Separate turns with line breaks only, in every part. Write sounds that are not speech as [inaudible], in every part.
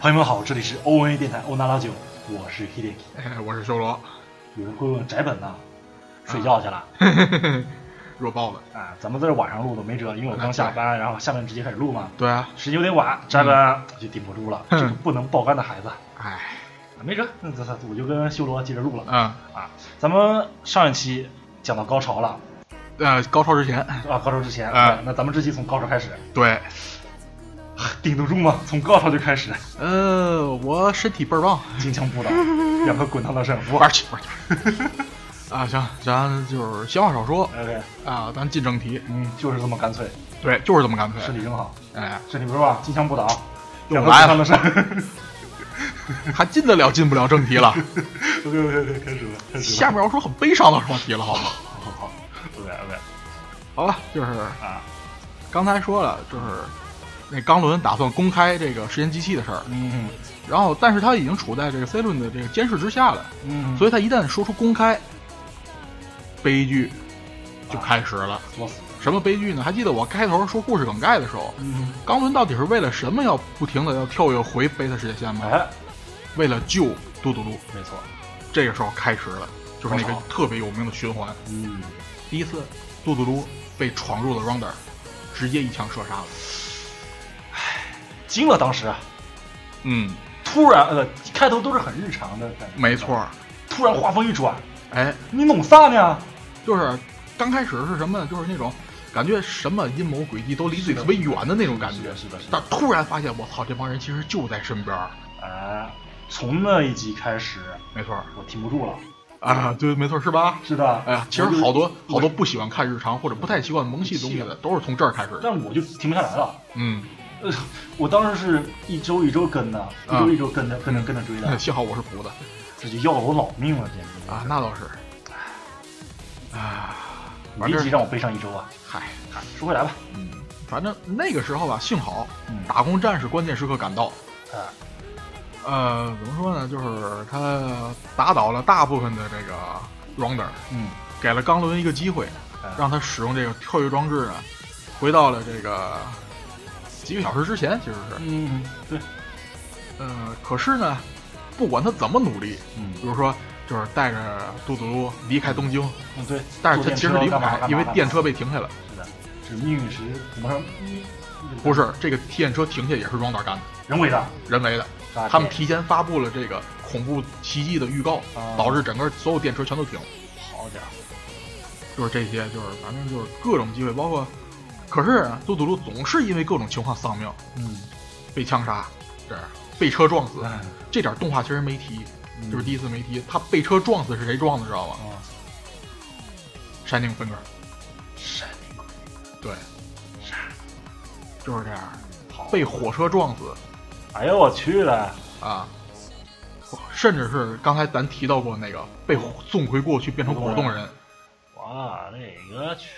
朋友们好，这里是 O N A 电台欧娜拉九，我是 Hideki。
哎，我是修罗，
有人会问宅本呢，睡觉去了
弱爆了。
啊？咱们在这晚上录的没辙，因为我刚下 [laughs] 班，然后下面直接开始录嘛，
对啊，
时间有点晚，宅本就顶不住了，这个不能爆肝的孩子，
哎，
嗯啊没辙，那咱我就跟修罗接着录了
嗯，
啊。咱们上一期讲到高潮了
呃，高潮之前，
啊，高潮之前，
啊
对那咱们这期从高潮开始，
对，
顶得住吗？从高潮就开 [laughs] 始，
呃，我身体倍儿棒，
金枪不倒，两颗滚烫的胜负 [laughs]
玩。儿去玩儿去。 [laughs] 啊，行，咱就是闲话少说
OK，
啊，咱进正题。
嗯，就是这么干脆，
对，就是这么干
身
脆。
体真好，
哎，
身体不错，金枪不倒，
又
两颗
来
滚烫的 [laughs]
了
胜。
还进得了，进不了正题 [laughs] 了。
OK OK OK，开始吧，开始
下
吧。
面要说很悲伤的话题了，好吗？
好好好，OK OK
好了，就是
啊，
刚才说了，就是那钢轮打算公开这个实验机器的事儿，
嗯
然后但是他已经处在这个 C 轮的这个监视之下了。
嗯
所
以
以他一旦说出公开，悲剧就开始了。
作死，
什么悲剧呢？还记得我开头说故事梗概的时候，
嗯，
冈伦到底是为了什么要不停的要跳跃回贝塔世界线吗？
哎，
为了救嘟嘟嘟。
没错，
这个时候开始了，就是那个
我操
特别有名的循环。
嗯，
第一次，嘟嘟嘟被闯入了 Rounder，直接一枪射杀了。
惊了，当时啊
嗯，
突然呃，开头都是很日常的感觉，
没错，儿。
突然话锋一转，
哎，
你弄啥呢？
就是刚开始是什么呢？就是那种感觉什么阴谋诡计都离自己
是的
特别远的那种感
是
觉
的，。是的，是的
但，突然发现，我操，这帮人其实就在身边儿。
哎，从那一集开始，
没错儿
我停不住了，
啊，对，没错儿是吧？
是的，
哎呀，其实
我就
好多好多，不喜欢看日常或者不太习惯萌系东西的，都是从这儿开始
我
的。
但我就停不下来了。
嗯， [laughs]
呃，我当时是一周一周跟的，一周一周跟着跟着跟着追的，
幸好我是补的
这就要了我老命了，简直
啊，！那倒是。啊，
你一集让我悲伤一周啊！
嗨，
说回来吧，
嗯，反正那个时候吧，幸好
嗯
打工战士关键时刻赶到。
啊，
呃，怎么说呢？就是他打倒了大部分的这个 Rounder，
嗯，
给了钢轮一个机会，
啊
让他使用这个跳跃装置呢，回到了这个几个小时之前，其实是。
嗯，对，
呃，可是呢，不管他怎么努力，
嗯
比如说就是带着嘟嘟嘟离开东京，
嗯对，
但是他其实离
坐电
不
车干嘛干
开，
嘛
因为电车被停下了。
是的，这命运石怎么说？嗯
不是，这个电车停下也是装胆干的，
人为的，
人为的。
啊
他们提前发布了这个恐怖袭击的预告
啊，
导致整个所有电车全都停了。
好点儿，
就是这些，就是反正就是各种机会，包括，可是啊嘟嘟嘟总是因为各种情况丧命，
嗯，
被枪杀，这样被车撞死，
哎
这点动画其实没提，
嗯
就是第一次没提。他被车撞死是谁撞的，知道吗？
啊，
山顶分格，
闪
对，就是这样，
好，
被火车撞死
哎呦我去了，
啊，甚至是刚才咱提到过那个被火送回过去变成果冻人，
我勒个去，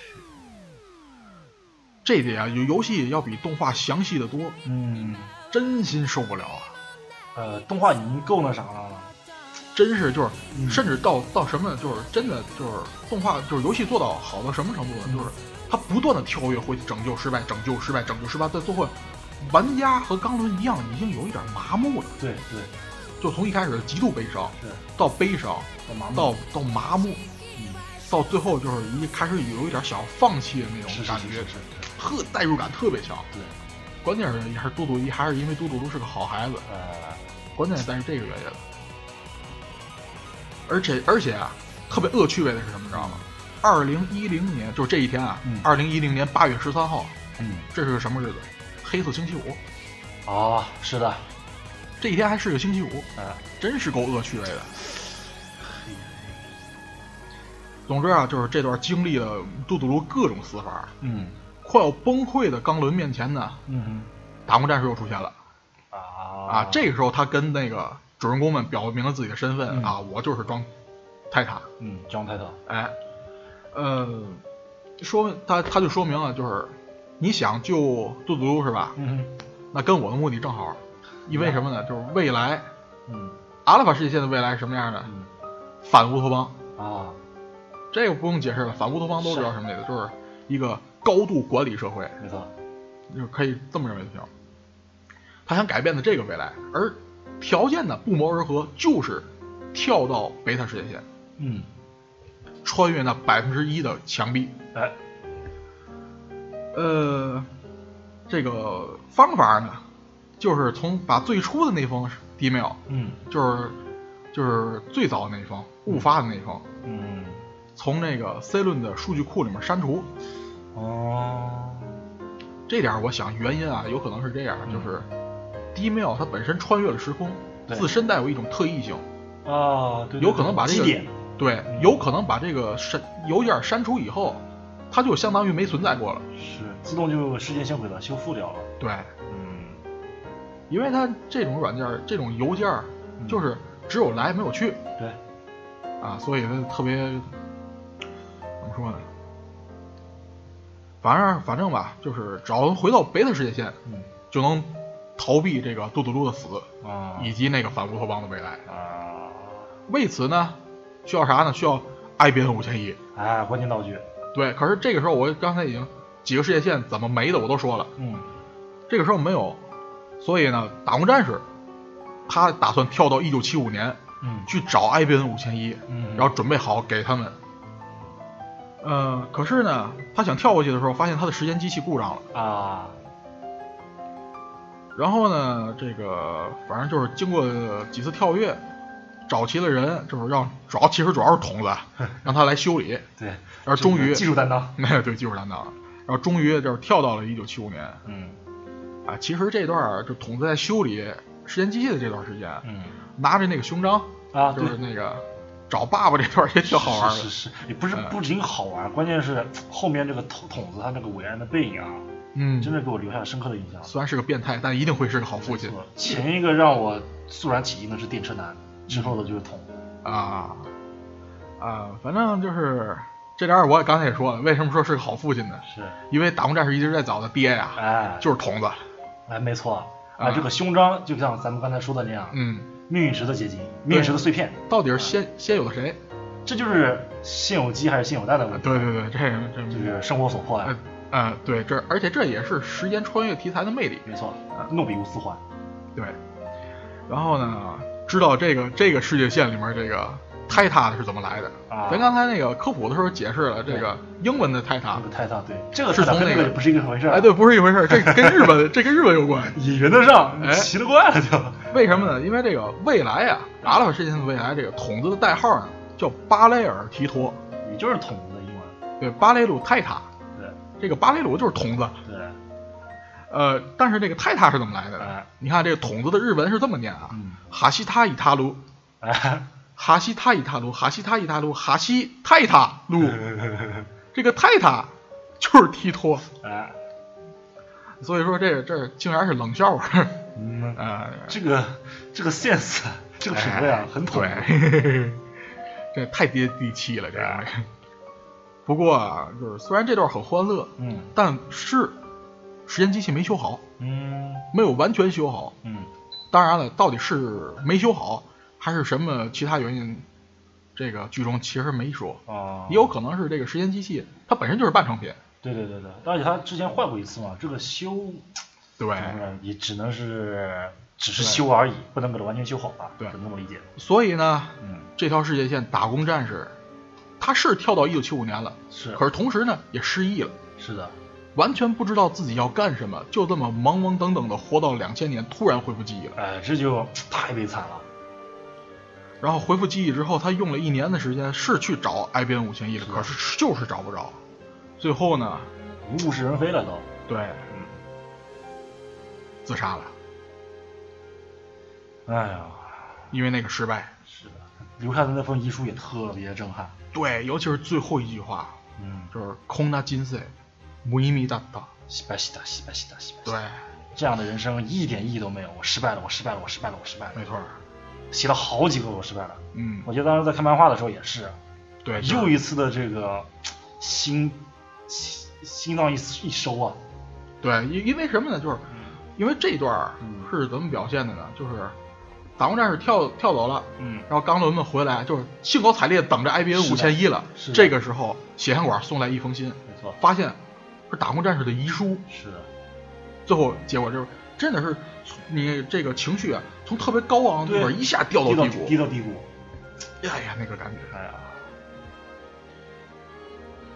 这点啊，游游戏要比动画详细的多，
嗯，
真心受不了啊！
呃，动画已经够那啥了，
真是就是，
嗯
甚至到到什么，就是真的就是动画就是游戏做到好到什么程度呢？
嗯
就是它不断的跳跃回去拯救失败，拯救失败，拯救失败，在最后，玩家和钢轮一样已经有一点麻木了，
对对
就从一开始极度悲伤
是，
到悲伤，
我麻木
到到麻木，
嗯
到最后就是一开始有一点想要放弃的那
是
种
是
感
是
觉
是，是是，
特代入感特别强。
对，
关键是还是嘟嘟一，还是因为嘟嘟嘟是个好孩子，
呃，
关键在于这个原因。而且而且啊，特别恶趣味的是什么，你知道吗？二零一零年就是这一天啊
嗯，
二零一零年八月十三号，
嗯，
这是个什么日子？黑色星期五。
啊，是的，
这一天还是个星期五，
呃，
真是够恶趣味的。总之啊，就是这段经历了杜杜鲁各种死法，
嗯
快要崩溃的钢轮面前呢，
嗯
打工战士又出现了
哼，啊
啊！这个时候他跟那个主人公们表明了自己的身份、
嗯
啊，我就是装泰坦，
嗯，张泰特，
哎，呃，说他他就说明了，就是你想救杜杜鲁是吧？
嗯
那跟我的目的正好，因为什么呢？就是未来
哼，嗯
阿拉法世界线的未来是什么样的？
嗯，
反乌托邦，
啊，
这个不用解释了，反乌托邦都知道什么意思，就是一个高度管理社会，
没错，
就是可以这么认为就行。他想改变的这个未来，而条件呢不谋而合，就是跳到贝塔世界线，
嗯，
穿越那百分之一的墙壁。
哎，
呃，这个方法呢，就是从把最初的那封 email，
嗯
就是就是最早的那封误发的那封，
嗯，
从那个 C 论的数据库里面删除。
哦，
这点儿我想原因啊，有可能是这样，就是 email 它本身穿越了时空，
对
自身带有一种特异性，
啊，对，对
有可能把这
基
个
点，嗯
对，有可能把这个删邮件删除以后，它就相当于没存在过了。
是自动就事件性给它修复掉了，
对，
嗯，
因为它这种软件儿、这种邮件儿
嗯
就是只有来没有去
对，
啊，所以它特别怎么说呢？反正反正吧，就是只要回到贝塔世界线，
嗯
就能逃避这个杜杜噜的死，
啊
以及那个反乌托邦的未来。
啊，
为此呢，需要啥呢？需要 IBM 五千一。
哎，关键道具，
对，可是这个时候我刚才已经几个世界线怎么没的我都说了，
嗯
这个时候没有，所以呢，打工战士他打算跳到一九七五年
嗯
去找 IBM 五千一，
嗯，
然后准备好给他们。呃，可是呢，他想跳过去的时候，发现他的时间机器故障了。
啊，
然后呢，这个反正就是经过几次跳跃，找齐了人，就是让主要其实主要是
[laughs]
筒子，让他来修理。
对，
然后终于
技术担当，
没 [laughs] 有对技术担当，然后终于就是跳到了一九七五年
嗯
啊。其实这段儿就筒子在修理时间机器的这段时间，
嗯
拿着那个胸章
啊，
就
对
是。那个找爸爸这段儿也挺好玩
是是。
的
是，也不是
嗯
不仅好玩，关键是后面这个筒筒子他那个伟岸的背影啊，
嗯，
真的给我留下了深刻的印象。
虽然是个变态，但一定会是个好父亲
没错前一个让我肃然起敬的是电车男，之后的就是筒子。
啊啊！反正就是这点儿我也刚才也说了，为什么说是个好父亲呢？
是，
因为打工战士一直在找的爹呀、
哎，
嗯就是筒子。
哎，没错，
啊
啊，这个胸章就像咱们刚才说的那样，
嗯，
命运石的结晶，命运石的碎片，
到底是
哎
先先有的谁？
这就是现有鸡还是现有蛋的
啊
问题，
对对对，这这
就是生活所迫啊呀
呃。呃，对，这而且这也是时间穿越题材的魅力。
没错，
嗯
诺比乌斯环，
对，然后呢，知道这个这个世界线里面这个泰塔是怎么来的。
啊
咱刚才那个科普的时候解释了这个英文的泰塔
那，个泰坦，对，这个
啊是
泰坦
从
跟
那
那个
个
也不是一个回事儿。啊
哎，对，，不是一回事儿，这跟日本这跟日本
[laughs]
有关。
也圆得上，
哎
奇了怪了就。
为什么呢？因为这个未来啊，阿拉法世界线的未来，这个筒子的代号呢叫巴雷尔提托，
也就是筒子的英文，
对，巴雷鲁泰塔，
对
这个巴雷鲁就是筒子。
对，
呃，但是这个泰塔是怎么来的呢
哎？
你看这个筒子的日文是这么念啊，
嗯，
哈西塔伊塔鲁，
哎，
哈西塔伊塔鲁，哈西塔伊塔鲁，哈西泰塔鲁，
嗯
这个泰塔就是提托，
哎，
[laughs] 所以说这这竟然是冷笑话， [laughs]
嗯，
呃，
这个这个 sense，这个品味啊，很统一。
哎对， [laughs] 这太接地气了，这个东西。不过啊，就是虽然这段很欢乐，
嗯
但是时间机器没修好，
嗯
没有完全修好。
嗯，
当然了，到底是没修好，还是什么其他原因，这个剧中其实没说。
哦，
也有可能是这个时间机器它本身就是半成品，
对对对对，而且他之前换过一次嘛，这个修，怎
对，
么说呢也只能是只是修而已，不能给它完全修好吧？
对
只能这么理解。
所以呢，
嗯，
这条世界线打工战士，他是跳到一九七五年了，
是
可是同时呢也失忆了，
是的，
完全不知道自己要干什么，就这么懵懵懂懂的活到两千年，突然恢复记忆了。
哎，这就太悲惨了。
然后恢复记忆之后，他用了一年的时间是去找 IBM 五千亿了，可是就是找不着。最后呢，
物是人非了都，
对，
嗯
自杀了，
哎呀，
因为那个失败。
是的，留下的那封遗书也特别震撼。
对，尤其是最后一句话，
嗯，
就是空那金色，无一米大大。
西巴西达西巴西达西巴西达。
对，
这样的人生一点意义都没有。我失败了，我失败了，我失败了，我失败了。
没错儿，
写了好几个我失败了。
嗯，
我记得当时在看漫画的时候也是，
对，
又
一
一次的这个心心心脏一一收啊，
对，因因为什么呢？就是
嗯
因为这段儿是怎么表现的呢？就是打工战士跳跳走了，
嗯，
然后钢轮们回来，就是兴高采烈地等着 IBM
是的
五千一了。
是的
这个时候，血汗馆送来一封信，
没错，
发现是打工战士的遗书。
是的，
最后结果就是真的是你这个情绪啊，从特别高昂的地
对，
方一下掉
到
低
低
谷，
到低谷，
哎呀，那个感觉，
哎呀，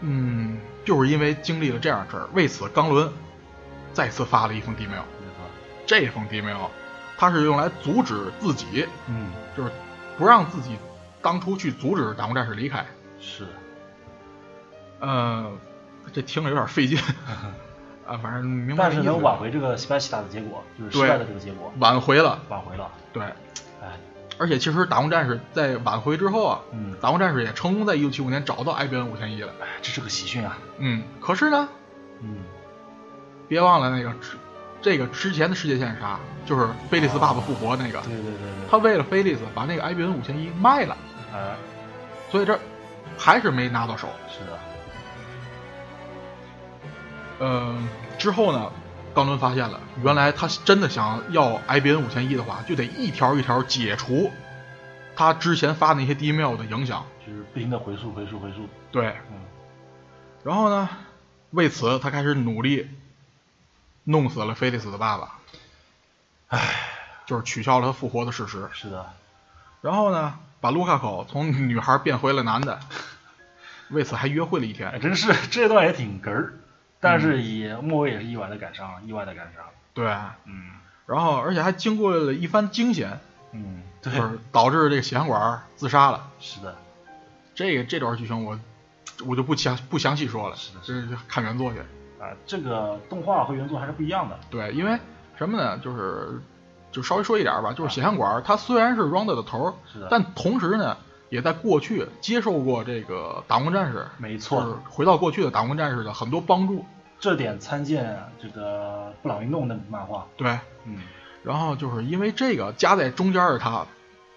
嗯，就是因为经历了这样的事儿，为此冈伦再次发了一封 email。
没错，
这封 email 它是用来阻止自己，
嗯，
就是不让自己当初去阻止打工战士离开。
是，
呃，这听着有点
[laughs]
费劲啊，反正明白
但
这
是
意思
能
就
挽
好
回这个西班西塔的结果，就是失
对
败的这个结果，
挽回了，
挽回了，
对。
哎，
而且其实打工战士在挽回之后啊，
嗯，
打工战士也成功在一九七五年找到艾比恩五千一了。
哎这是个喜讯啊，
嗯，可是呢，
嗯，
别忘了那个之这个之前的世界线是啥？就是菲利斯爸爸复活那个，
对对对对，
他为了菲利斯把那个艾比恩五千一卖了，
哎，
所以这还是没拿到手。
是的，
呃，之后呢，冈伦发现了，原来他真的想要 IBN 五千一的话，就得一条一条解除他之前发那些 email 的影响。
就是不停的回溯回溯回溯，
对，
嗯，
然后呢，为此他开始努力弄死了菲利斯的爸爸，唉，就是取消了他复活的事实。
是的，
然后呢，把卢卡口从女孩变回了男的，为此还约会了一
哎，
天。
真是这段也挺哏儿，但是也末尾也是意外的赶上了，意外的赶上了，
对，
嗯
然后而且还经过了一番惊险，
嗯，
就
对，
是导致这个血管管自杀了。
是的，
这个这段剧情我我就不详不详细说了，
是的
这是看原作去。
啊，这个动画和原作还是不一样的，
对，因为什么呢？就是就稍微说一点吧，就是
啊
血汗管儿它虽然是 Round 的头儿
是的，
但同时呢，也在过去接受过这个打工战士，
没
就是
错，
回到过去的打工战士的很多帮助。
这点参见这个布朗运动的漫画，
对，
嗯，
然后就是因为这个夹在中间儿的他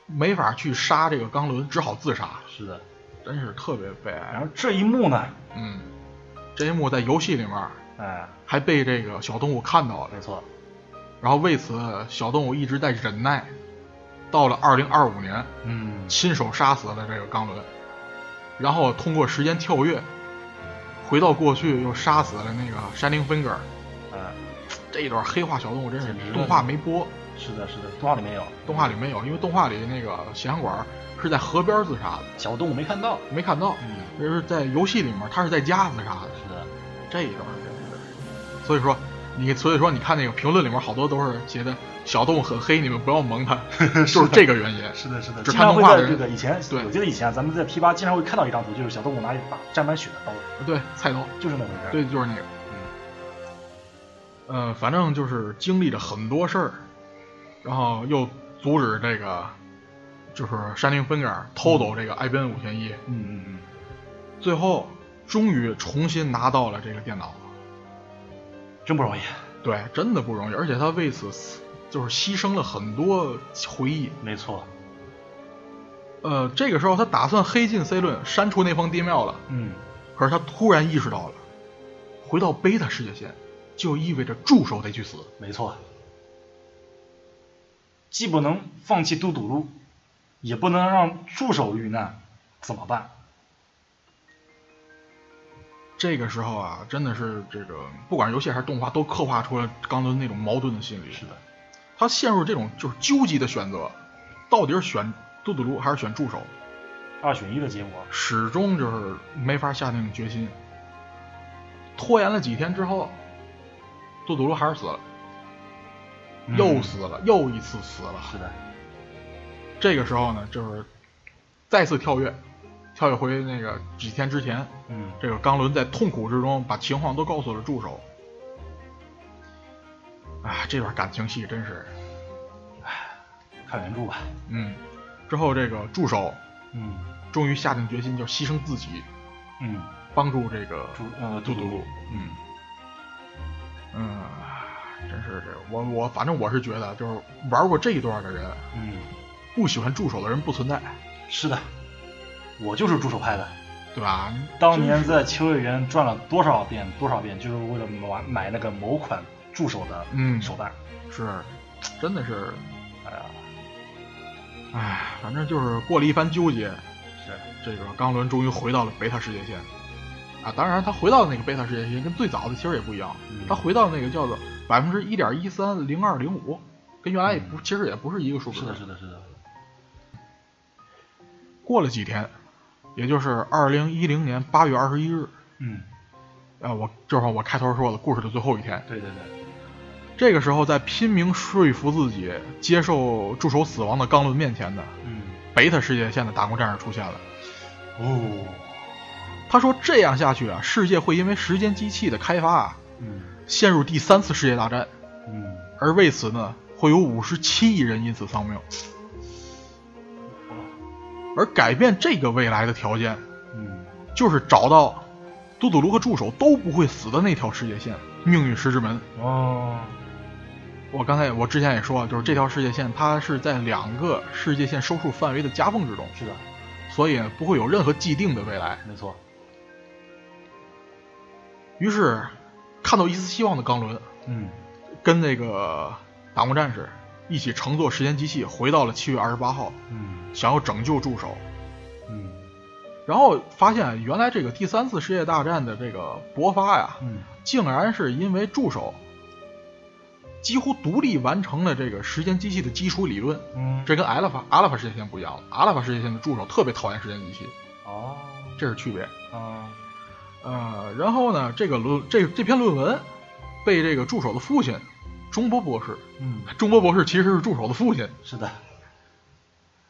没法去杀这个冈伦，只好自杀，
是的，
真是特别悲
然
哀。
后这一幕呢，
嗯，这一幕在游戏里面儿
哎，
还被这个小动物看到了。
没错，
然后为此，小动物一直在忍耐，到了二零二五年，
嗯，
亲手杀死了这个冈伦，然后通过时间跳跃，回到过去又杀死了那个山林芬格尔。
哎，
这一段黑化小动物真是
简直了
动画没播，
是的，是的，动画里没有，
动画里没有，因为动画里那个血汗管是在河边自杀的，
小动物没看到，
没看到。
嗯，
这是在游戏里面，他是在家自杀的。
是的，
这一段真是，所以说你所以说你看那个评论里面好多都是写的小动物很黑，你们不要萌
[laughs]
它，就是这个原因。
是的，是的，
只
经
看
常
动
会
画
在
的
这
人
个以前，
对
我记得以前咱们在 P 八经常会看到一张图，就是小动物拿一把沾满血的刀，
对，菜刀，
就是那回事儿，
对，就是那个。
嗯，
呃，反正就是经历了很多事儿，然后又阻止这个，就是山林芬格尔偷走这个艾宾五千一，
嗯嗯
最后终于重新拿到了这个电脑。
嗯，真不容易，
对，真的不容易，而且他为此死就是牺牲了很多回忆。
没错，
呃，这个时候他打算黑进 C 论，删除那封 D 庙了。
嗯，
可是他突然意识到了，回到贝塔世界线，就意味着助手得去死。
没错，既不能放弃都堵路，也不能让助手遇难，怎么办？
这个时候啊，真的是这个，不管是游戏还是动画，都刻画出了刚伦那种矛盾的心理。
是的，
他陷入这种就是纠结的选择，到底是选杜杜鲁还是选助手，
二选一的结果，
始终就是没法下定决心。拖延了几天之后，杜杜鲁还是死了，
嗯
又死了，又一次死了。
是的，
这个时候呢，就是再次跳跃，跳跃回那个几天之前，
嗯，
这个冈伦在痛苦之中把情况都告诉了助手。啊，这段感情戏真是，
看原著吧，
嗯，之后这个助手
嗯
终于下定决心，就牺牲自己，
嗯，
帮助这个
助呃
杜
杜
鲁
鲁，
嗯，嗯，真是这我我反正我是觉得，就是玩过这一段的人，
嗯，
不喜欢助手的人不存在，
是的，我就是助手派的。
对吧？
当年在秋叶原转了多少遍多少遍，就是为了买买那个某款助手的
嗯
手办。
是，真的是，
哎呀，
唉，反正就是过了一番纠结，
是
这个冈伦终于回到了贝塔世界线。啊，当然，他回到那个贝塔世界线跟最早的其实也不一样
嗯，
他回到那个叫做百分之一点一三零二零五跟原来也不、其实也不是一个数值。
嗯是的，是的，是的。
过了几天，也就是二零一零年八月二十一日，
嗯，
啊，我这会儿我开头说了故事的最后一天，
对对对，
这个时候在拼命说服自己接受助手死亡的冈伦面前的
嗯，
贝塔世界线的打工战士出现了。
哦，
他说这样下去啊，世界会因为时间机器的开发啊，
嗯
陷入第三次世界大战，
嗯，
而为此呢，会有五十七亿人因此丧命。而改变这个未来的条件，
嗯，
就是找到杜杜卢和助手都不会死的那条世界线——命运石之门。
哦，
我刚才我之前也说了，就是这条世界线它是在两个世界线收束范围的夹缝之中，
是的，
所以不会有任何既定的未来。
没错，
于是，看到一丝希望的冈伦
嗯，
跟那个打工战士一起乘坐时间机器回到了七月二十八号，
嗯
想要拯救助手。
嗯
然后发现原来这个第三次世界大战的这个勃发呀，
嗯，
竟然是因为助手几乎独立完成了这个时间机器的基础理论。
嗯，
这跟阿拉法阿拉法世界线不一样了，阿拉法世界线的助手特别讨厌时间机器，
哦，
这是区别。
啊，
呃，然后呢，这个论这这篇论文被这个助手的父亲中波博士，
嗯，
中波博士其实是助手的父亲，
是的，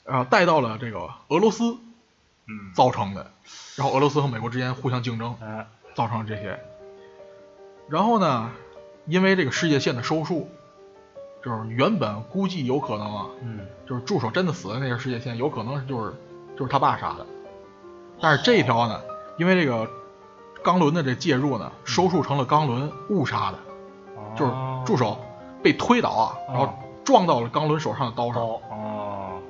呃，带到了这个俄罗斯
嗯，
造成的，然后俄罗斯和美国之间互相竞争，
啊，
造成了这些。然后呢，因为这个世界线的收束，就是原本估计有可能啊，
嗯，
就是助手真的死的那个世界线，有可能就是就是他爸杀的。但是这一条呢，因为这个冈伦的这介入呢，收束成了冈伦误杀的，就是
哦
助手被推倒啊，然后撞到了冈伦手上的刀上。
高，哦，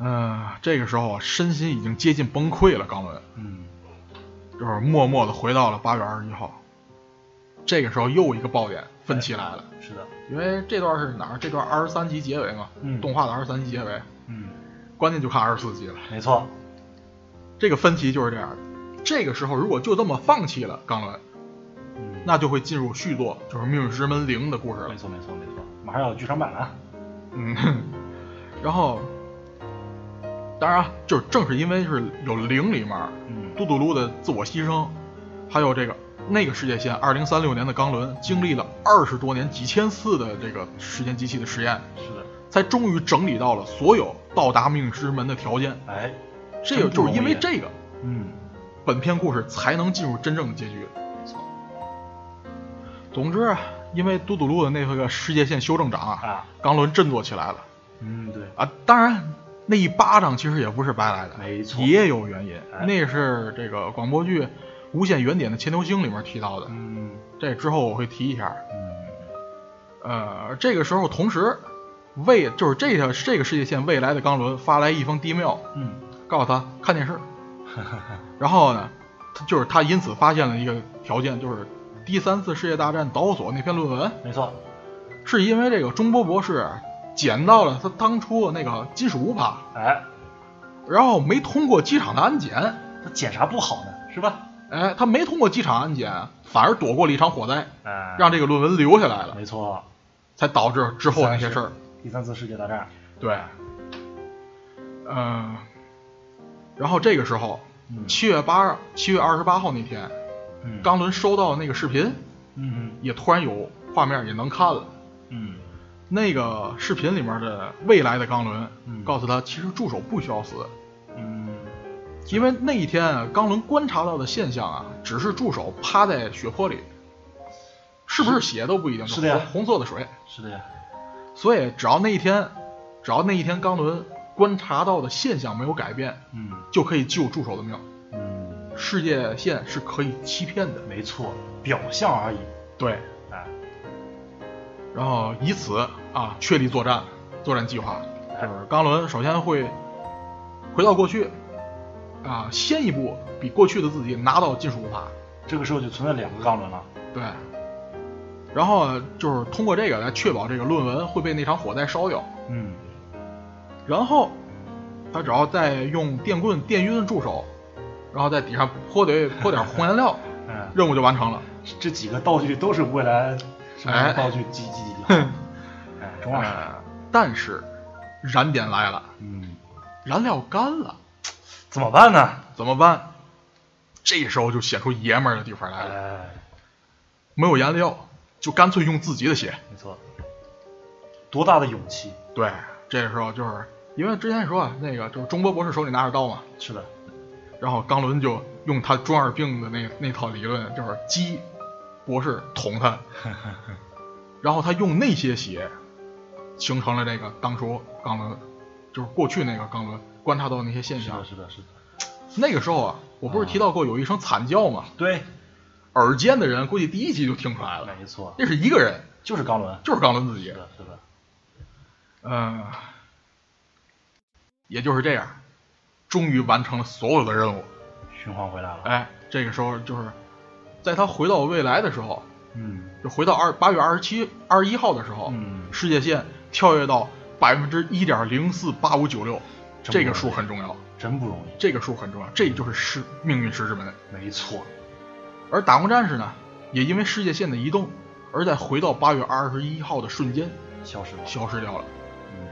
嗯、这个时候啊，身心已经接近崩溃了，冈伦
嗯，
就是默默的回到了八月二十一号。这个时候又一个爆点分歧来了，
哎是的，
因为这段是哪儿？这段二十三集结尾嘛，
嗯
动画的二十三集结尾，
嗯，
关键就看二十四集了。
没错，
这个分歧就是这样的。这个时候如果就这么放弃了冈伦，
嗯，
那就会进入续作，就是《命运之门零》的故事了
没。错，没错，没错，马上要有剧场版了，啊
嗯， [laughs] 然后，当然啊就是正是因为是有零里面
嗯，
杜杜噜的自我牺牲，还有这个那个世界线二零三六年的冈伦经历了二十多年几千次的这个时间机器的实验，
是的，
才终于整理到了所有到达命运之门的条件。
哎，
这个
真不
就
容
是
易
因为这个，
嗯，
本篇故事才能进入真正的结局。
没错，
总之啊，因为嘟嘟噜的那个世界线修正长啊，
啊，
冈伦振作起来了
嗯，对，
啊。当然，那一巴掌其实也不是白来的，
没错
也有原因。
哎
那是这个广播剧《无限原点》的切牛星里面提到的，
嗯，
这之后我会提一下。
嗯，
呃，这个时候同时，未就是这个这个世界线未来的冈伦发来一封 D 妙，
嗯， [laughs]
告诉他看电视。然后呢，他就是他因此发现了一个条件，就是第三次世界大战导火索那篇论文。
没错，
是因为这个中波博士捡到了他当初那个金属钨，
哎，
然后没通过机场的安检，
他检查不好呢，是吧？
哎，他没通过机场安检，反而躲过了一场火灾，
啊，
让这个论文留下来了，
没错，
才导致之后那些事儿。
第三次世界大战，
对，嗯，然后这个时候，
嗯，
七月八、七月二十八号那天，
嗯，
冈伦收到那个视频，
嗯
也突然有画面也能看了。
嗯
那个视频里面的未来的冈伦
嗯
告诉他，其实助手不需要死，
嗯
因为那一天啊，冈伦观察到的现象啊，只是助手趴在血泊里，是不是血都不一定，
是的呀
红红色的水。
嗯，是的呀，
所以只要那一天，只要那一天冈伦观察到的现象没有改变，
嗯
就可以救助手的命。
嗯，
世界线是可以欺骗的，
没错，表象而已，
对。
啊，
然后以此啊确立作战作战计划，就是冈伦首先会回到过去，啊，先一步比过去的自己拿到金属无法。
这个时候就存在两个钢轮了，
对，然后就是通过这个来确保这个论文会被那场火灾烧掉。
嗯
然后他只要再用电棍电晕助手，然后在底下泼点泼点红颜料，
嗯，
任务就完成了。
这几个道具都是未来什么
哎
道具几几几几号，懂了。
呃，但是燃点来了，
嗯，
燃料干了，
怎么办呢？
怎么办？这时候就显出爷们儿的地方来了，
哎，
没有燃料，就干脆用自己的血。
没错，多大的勇气？
对，这时候就是因为之前说啊，那个就是中波博士手里拿着刀嘛，
是的，
然后冈伦就用他中二病的那那套理论，就是击博士捅
[laughs]
他，然后他用那些血形成了这个当初冈伦，就是过去那个冈伦观察到的那些现
是
象
的，。是的，是的。
那个时候啊，我不是提到过有一声惨叫吗？
对，
耳尖的人估计第一集就听出来了，
没错，
那是一个人，
就是钢轮。
就是冈伦自己
是。的，是的。
嗯、也就是这样，终于完成了所有的任务。
循环回来了。
哎，这个时候就是在他回到未来的时候，
嗯
就回到二八月二十七、二十一号的时候，
嗯
世界线跳跃到百分之一点零四八五九六，
真不
这个
容易
数很重要，
真不容易。
这个数很重要，这就是是命运石之门。
没错，
而打工战士呢，也因为世界线的移动，而在回到八月二十一号的瞬间
消失了。
消失掉了。
嗯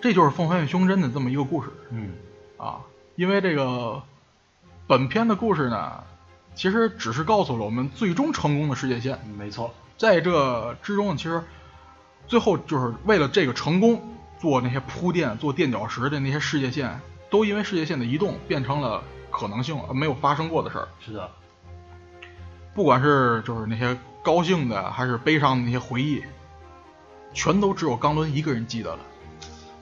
这就是《凤凰与胸针》的这么一个故事
嗯，
啊。因为这个本片的故事呢，其实只是告诉了我们最终成功的世界线，
嗯没错。
在这之中，其实最后就是为了这个成功做那些铺垫、做垫脚石的那些世界线，都因为世界线的移动变成了可能性，呃没有发生过的事儿。
是的，
不管是就是那些高兴的，还是悲伤的那些回忆，全都只有冈伦一个人记得了。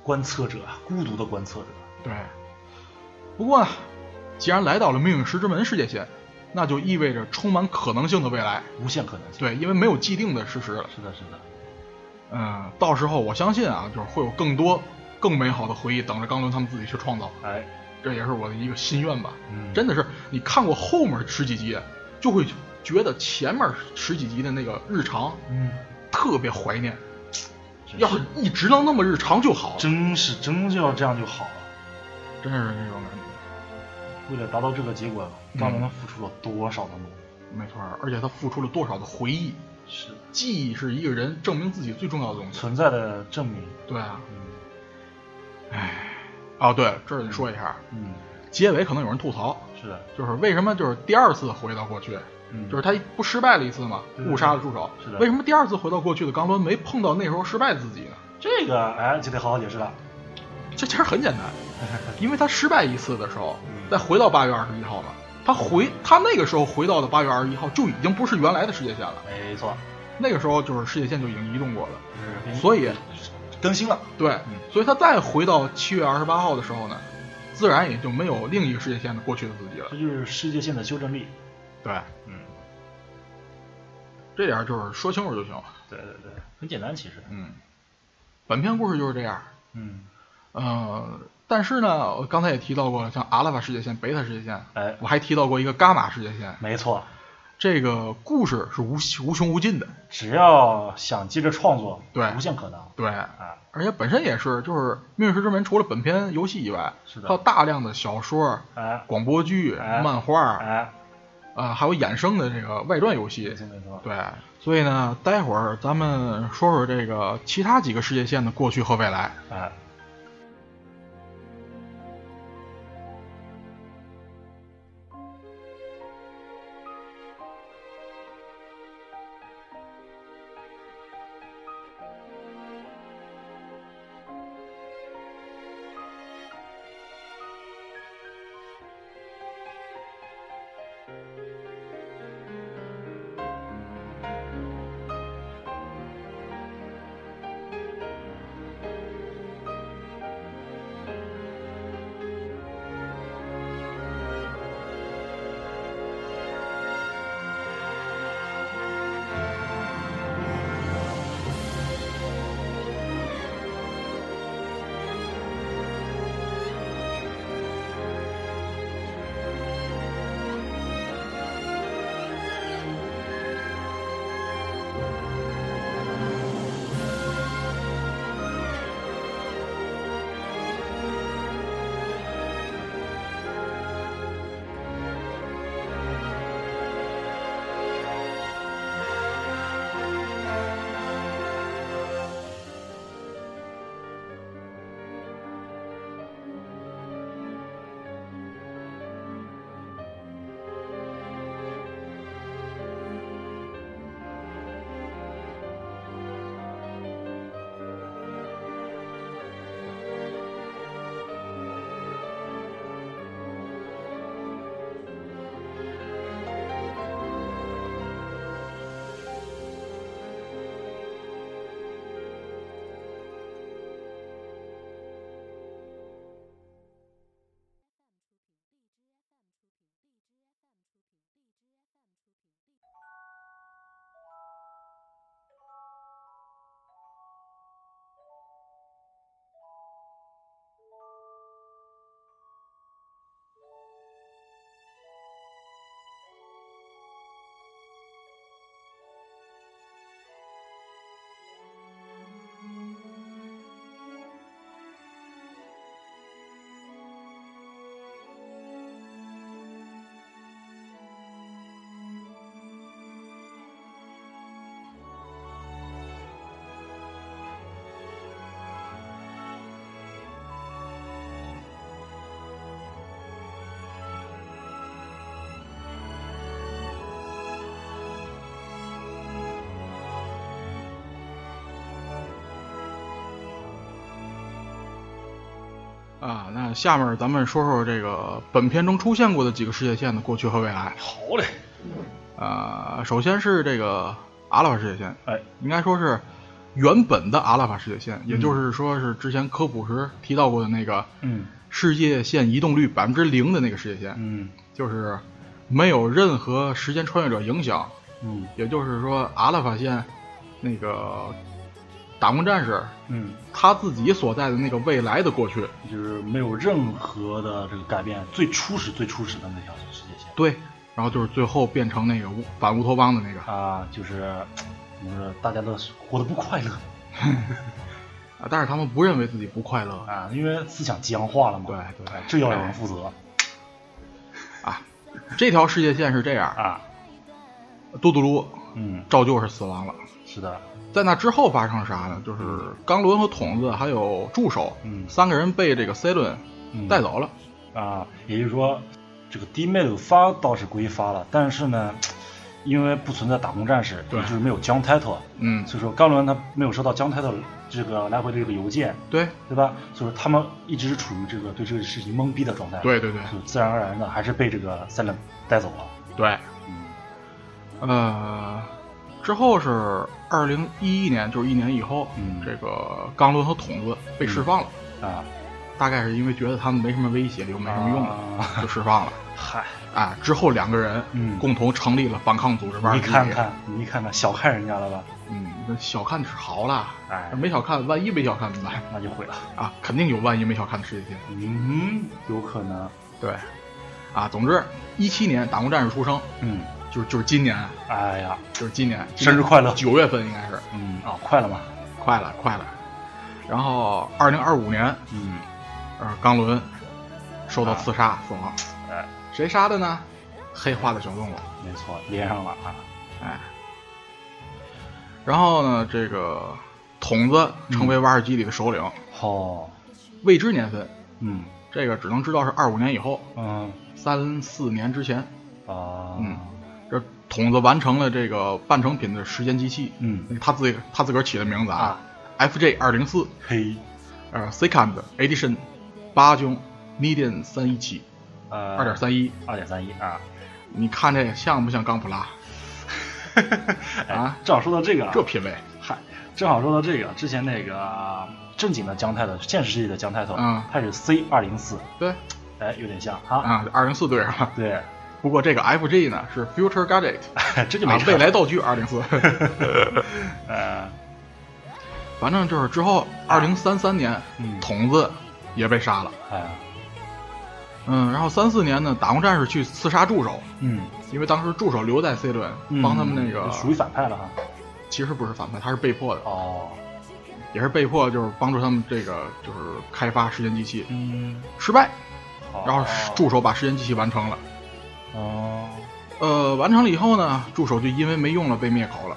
观测者，啊孤独的观测者。
对。不过啊，既然来到了命运石之门世界线，那就意味着充满可能性的未来。
无限可能性。
对，因为没有既定的事实了。
是的，是的，
嗯，到时候我相信啊，就是会有更多更美好的回忆等着冈伦他们自己去创造，
哎，
这也是我的一个心愿吧。
嗯
真的是你看过后面十几集，就会觉得前面十几集的那个日常
嗯，
特别怀念。
真
要是一直能那么日常就好了，
真是真就要这样就好了。
真是这种感觉，
为了达到这个结果，
嗯
张伦他付出了多少的努力？
没错。而且他付出了多少的回忆，
是的
记忆是一个人证明自己最重要的东西。
存在的证明。
对啊，
嗯
啊对，这儿得说一下，
嗯，
结尾可能有人吐槽，
是的，
就是为什么就是第二次回到过去，
嗯，
就是他不失败了一次嘛，
对
误杀了助手。
是的
为什么第二次回到过去的冈伦没碰到那时候失败的自己呢？
这个，哎，就得好好解释了。
这其实很简
[laughs]
单，因为他失败一次的时候
嗯，
再回到八月二十一号嘛，他回他那个时候回到的八月二十一号就已经不是原来的世界线了，
没错，
那个时候就是世界线就已经移动过了，
就是
所以
更新了。
对，
嗯
所以他再回到七月二十八号的时候呢，自然也就没有另一个世界线的过去的自己了
这。就是世界线的修正力。
对，
嗯，
这点儿就是说清楚就行了。
对对对，很简单其实。
嗯，本篇故事就是这样。
嗯，
呃，但是呢，我刚才也提到过了，像阿拉法世界线、贝塔世界线，
哎
我还提到过一个伽马世界线。
没错，
这个故事是无穷无穷无尽的，
只要想接着创作，
对
无限可能。
对，
啊，
而且本身也是，就是《命运石之门》除了本篇游戏以外，
是的
还有大量的小说、
哎
广播剧、
哎
漫画，
哎，
呃，还有衍生的这个外传游戏
没。错没错。
对，所以呢，待会儿咱们说说这个其他几个世界线的过去和未来。
哎，
啊，那下面咱们说说这个本片中出现过的几个世界线的过去和未来。
好嘞，
啊，首先是这个阿拉法世界线，
哎，
应该说是原本的阿拉法世界线，也就是说是之前科普时提到过的那个
嗯
世界线移动率百分之零的那个世界线，
嗯
就是没有任何时间穿越者影响，
嗯
也就是说阿拉法线那个打工战士
嗯，
他自己所在的那个未来的过去，
就是没有任何的这个改变，最初始最初始的那条世界线
对，然后就是最后变成那个乌反乌托邦的那个
啊，就是怎么说，大家都活得不快乐
啊，但是他们不认为自己不快乐
啊，因为思想僵化了嘛。
对对
哎这要有人负责
啊。这条世界线是这样，
啊。
嘟嘟噜
嗯，
照旧是死亡了。
是的，
在那之后发生了啥呢？就是钢轮和筒子还有助手，
嗯
三个人被这个 C 轮
嗯
带走了。
啊，也就是说，这个 D 妹的发倒是归发了，但是呢，因为不存在打工战士，
对
也就是没有 John Title，
嗯，
所以说钢轮他没有收到 John Title 这个来回的这个邮件，
对，
对吧？所以说他们一直是处于这个对这个事情懵逼的状态，
对对对
就自然而然的还是被这个 Silent 带走了，
对，
嗯
呃，之后是二零一一年，就是一年以后，
嗯
这个钢轮和筒子被释放了，
啊，
大概是因为觉得他们没什么威胁，又没什么用了， [laughs]
啊
就释放了。
嗨，
啊，之后两个人
嗯
共同成立了反抗组织
[laughs]
班。
你看，看，你看看，小看人家了吧？
嗯，那小看是好了，
哎
没小看，万一没小看怎么办？
那就毁了，
啊，肯定有万一没小看的世界线。
嗯，有可能，
对，啊，总之，一七年打工战士出生，
嗯，
就是就是今年，
哎呀，
就是今年，
生日快乐
九月份应该是，
嗯啊，快了嘛，
快了快了。然后二零二五年，
嗯，
呃，钢轮受到刺杀死亡，
啊哎。
谁杀的呢？黑化的小动物，
没错，连上了啊。
哎。然后呢，这个筒子成
嗯
为瓦尔基里的首领，
哦，
未知年份，
嗯
这个只能知道是二五年以后，
嗯
三四年之前。
啊，
嗯，这筒子完成了这个半成品的时间机器，
嗯
他自己他自个儿起的名字啊，FJ 二零四，
嘿，
呃，Second Edition 八中 Medium 三一七
呃，
二点三一，
二点三一
[laughs]
啊。
你看这像不像钢普拉？啊
哎，正好说到这个啊，
这品味，
嗨，正好说到这个，之前那个正经的姜太的现实世界的姜太头，
嗯
它是 C 二零四，
对
哎，有点像啊。
啊，二零四对上了。
对， [laughs]
不过这个 FJ 呢是 Future Gadget，
这就没
啊
辙
未来道具二零四， [laughs]
[laughs] 呃，
反正就是之后二零三三年
啊嗯，
筒子也被杀了。
哎，
嗯，然后三四年呢，打工战士去刺杀助手，
嗯，
因为当时助手留在 C 轮
嗯
帮他们那个，
属于反派了哈。
其实不是反派，他是被迫的，
哦，
也是被迫就是帮助他们这个就是开发时间机器
嗯，
失败，
好
然后助手把时间机器完成了，
哦，
呃，完成了以后呢，助手就因为没用了被灭口了，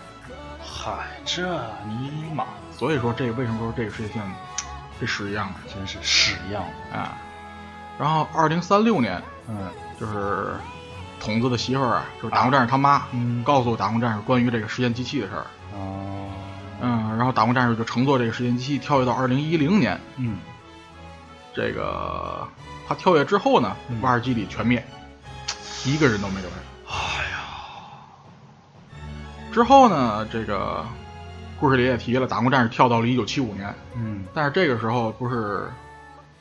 嗨，这尼玛
所以说这为什么说这个世界线这屎一样的
真是屎一样。
啊？然后二零三六年
嗯
就是筒子的媳妇儿啊，就是打工战士他妈，
嗯
告诉打工战士关于这个时间机器的事儿。
哦，
嗯，然后打工战士就乘坐这个时间机器跳跃到二零一零年，
嗯。
这个他跳跃之后呢，
嗯
瓦尔基里全灭，一个人都没留下。
哎呀，
之后呢，这个故事里也提了，打工战士跳到了一九七五年，
嗯
但是这个时候不是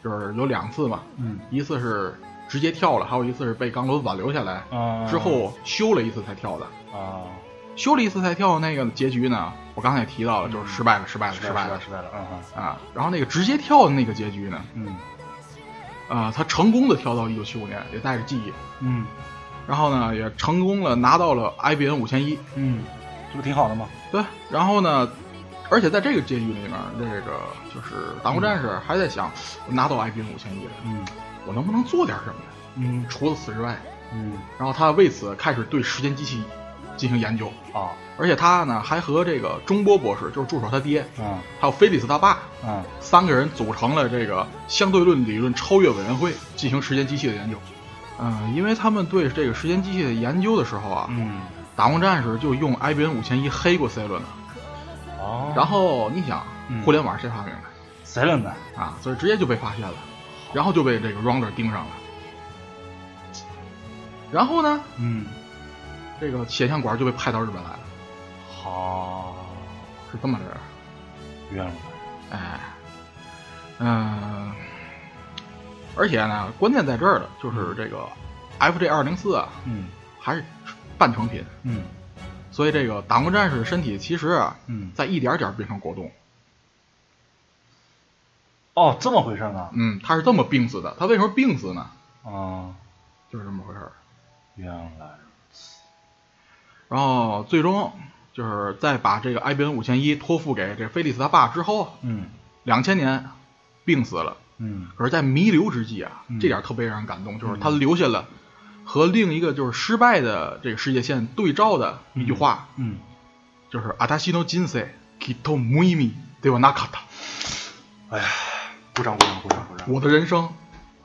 就是有两次嘛，
嗯
一次是直接跳了，还有一次是被钢轮挽留下来，
啊
之后修了一次才跳的。
啊，
修了一次才跳那个结局呢，我刚才也提到了，就是失败了，啊失败了，
失败
败
了，
了
失败了，嗯
啊。然后那个直接跳的那个结局呢，
嗯
啊，他成功的跳到一九七五年，也带着记忆，
嗯
然后呢，也成功了拿到了 IBN 五千一，
嗯，这不挺好的吗？
对，然后呢，而且在这个结局里面，这个就是打工战士还在想，我拿到 IBN 五千一了，
嗯
我能不能做点什么呀？
嗯
除了此之外，
嗯
然后他为此开始对时间机器进行研究，
啊
而且他呢还和这个中波博士，就是助手他爹，
嗯
还有菲利斯他爸
嗯，
三个人组成了这个相对论理论超越委员会，进行时间机器的研究。嗯，因为他们对这个时间机器的研究的时候啊，
嗯
打工战士就用 IBM 五千一黑过 C 轮了。
哦，
然后你想
嗯，
互联网是谁发明的、
谁冷的？
啊？所以直接就被发现了。然后就被这个 Rounder 盯上了。然后呢，
嗯，
这个铁线管就被派到日本来了，
好，
是这么着。
冤了，
哎，嗯，而且呢，关键在这儿了，就是这个 FJ 二零四啊，
嗯
还是半成品，
嗯
所以这个打工战士身体其实啊，
嗯，
在一点点变成果冻。
哦，这么回事呢？
嗯，他是这么病死的。他为什么病死呢？
啊，
就是这么回事儿。
原来，
然后最终就是在把这个艾比恩五千一托付给这菲利斯他爸之后，啊
嗯
两千年病死了。
嗯
可是，在弥留之际啊，
嗯
这点特别让人感动，就是他留下了和另一个就是失败的这个世界线对照的一句话，
嗯，
就是“阿达西诺金塞基托姆伊米对吧？那卡塔，
哎呀，鼓掌鼓掌鼓掌鼓掌，
我的人生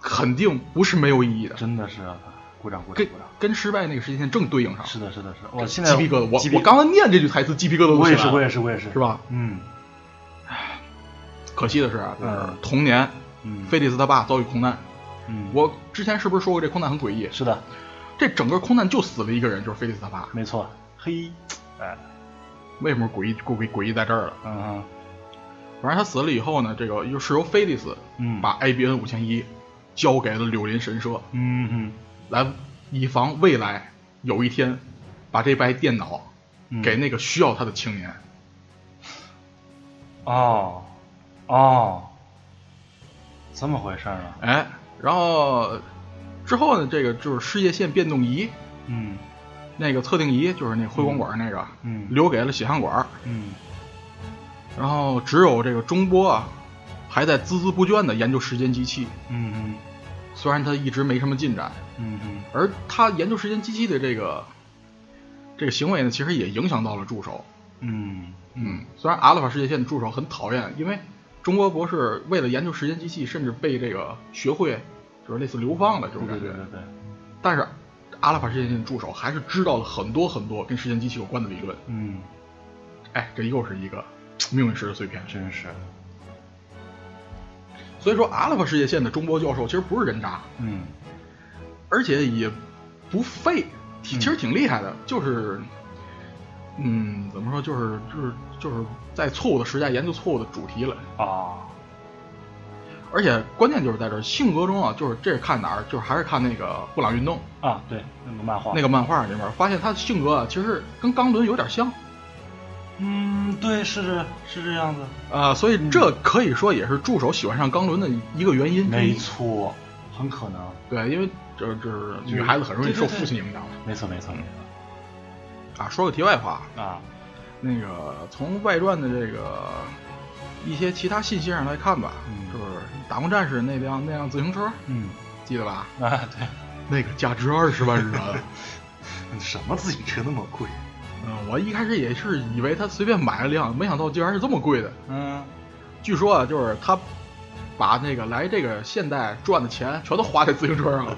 肯定不是没有意义的。
真的是啊鼓掌鼓掌
跟
鼓掌，
跟失败那个世界线正对应上，
是的是的是的，我现在
鸡皮疙瘩。
鸡
我
皮
我刚刚念这句台词，鸡皮疙瘩都
我也
起
是
来了
我也是我也是，
是？吧？
嗯
可惜的是啊，就是
嗯
童年，
嗯，
菲利斯他爸遭遇空难。
嗯
我之前是不是说过这空难很诡异？
是的，
这整个空难就死了一个人，就是菲利斯他爸。
没错，嘿，哎，
为什么诡异诡异诡异在这儿了？
嗯
反正他死了以后呢，这个又是由菲利斯
嗯
把 IBN 五千一交给了柳林神社，
嗯嗯
来以防未来有一天把这台电脑
嗯
给那个需要他的青年。
哦哦，这么回事儿啊？
哎，然后之后呢，这个就是世界线变动仪，
嗯
那个测定仪就是那辉光管那个，
嗯
留给了血汗管。
嗯
然后只有这个中波啊，还在孜孜不倦地研究时间机器，
嗯
虽然他一直没什么进展，
嗯嗯
而他研究时间机器的这个这个行为呢，其实也影响到了助手。
嗯
嗯，虽然阿尔法世界线的助手很讨厌，因为中国博士为了研究时间机器，甚至被这个学会就是类似流放的这种
对
感
对
觉。
对对对，
但是阿尔法世界线的助手还是知道了很多很多跟时间机器有关的理论。
嗯，
哎，这又是一个命运石的碎片。
真是，
所以说，阿尔法世界线的中波教授其实不是人渣，
嗯
而且也不废，挺
嗯
其实挺厉害的，就是，嗯，怎么说，就是就是就是在错误的时代研究错误的主题了，
啊，
而且关键就是在这儿性格中啊，就是这是看哪儿，就是还是看那个布朗运动
啊，对，那个漫画，
那个漫画里面，发现他的性格啊，其实跟冈伦有点像，
嗯，对，是这，是这样子，
啊，所以这可以说也是助手喜欢上冈伦的一个原因之
嗯没
一，
错，很可能，
对，因为这这是
就是
女孩子很容易
对对
受
对
父亲影响嘛
没错没错没错，
啊。说个题外话，
啊，
那个从外传的这个一些其他信息上来看吧，
嗯
就是打工战士那辆那辆自行车，
嗯
记得吧？
啊，对，
那个价值二十万日元。
什么自行车那么贵？
[laughs] 嗯，我一开始也是以为他随便买了辆，没想到竟然是这么贵的。
嗯，
据说啊，就是他把那个来这个现代赚的钱全都花在自行车 [laughs] 上了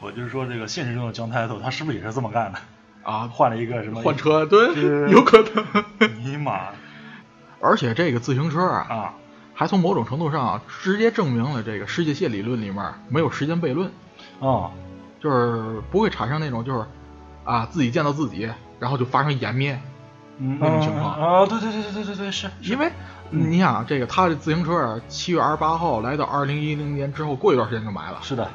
我就是说这个现实中的江太斗，他是不是也是这么干的？
啊，
换了一个什么
换？车对
是，
有可能。
[laughs]
[laughs]
尼玛
而且这个自行车啊，
啊！
还从某种程度上啊直接证明了这个世界线理论里面没有时间悖论。
哦，
就是不会产生那种就是啊自己见到自己，然后就发生颜面。
嗯
那种情况
啊，对对对对对对对，是
因为你想啊这个他的自行车啊，七月二十八号来到二零一零年之后，过一段时间就埋了。
是的，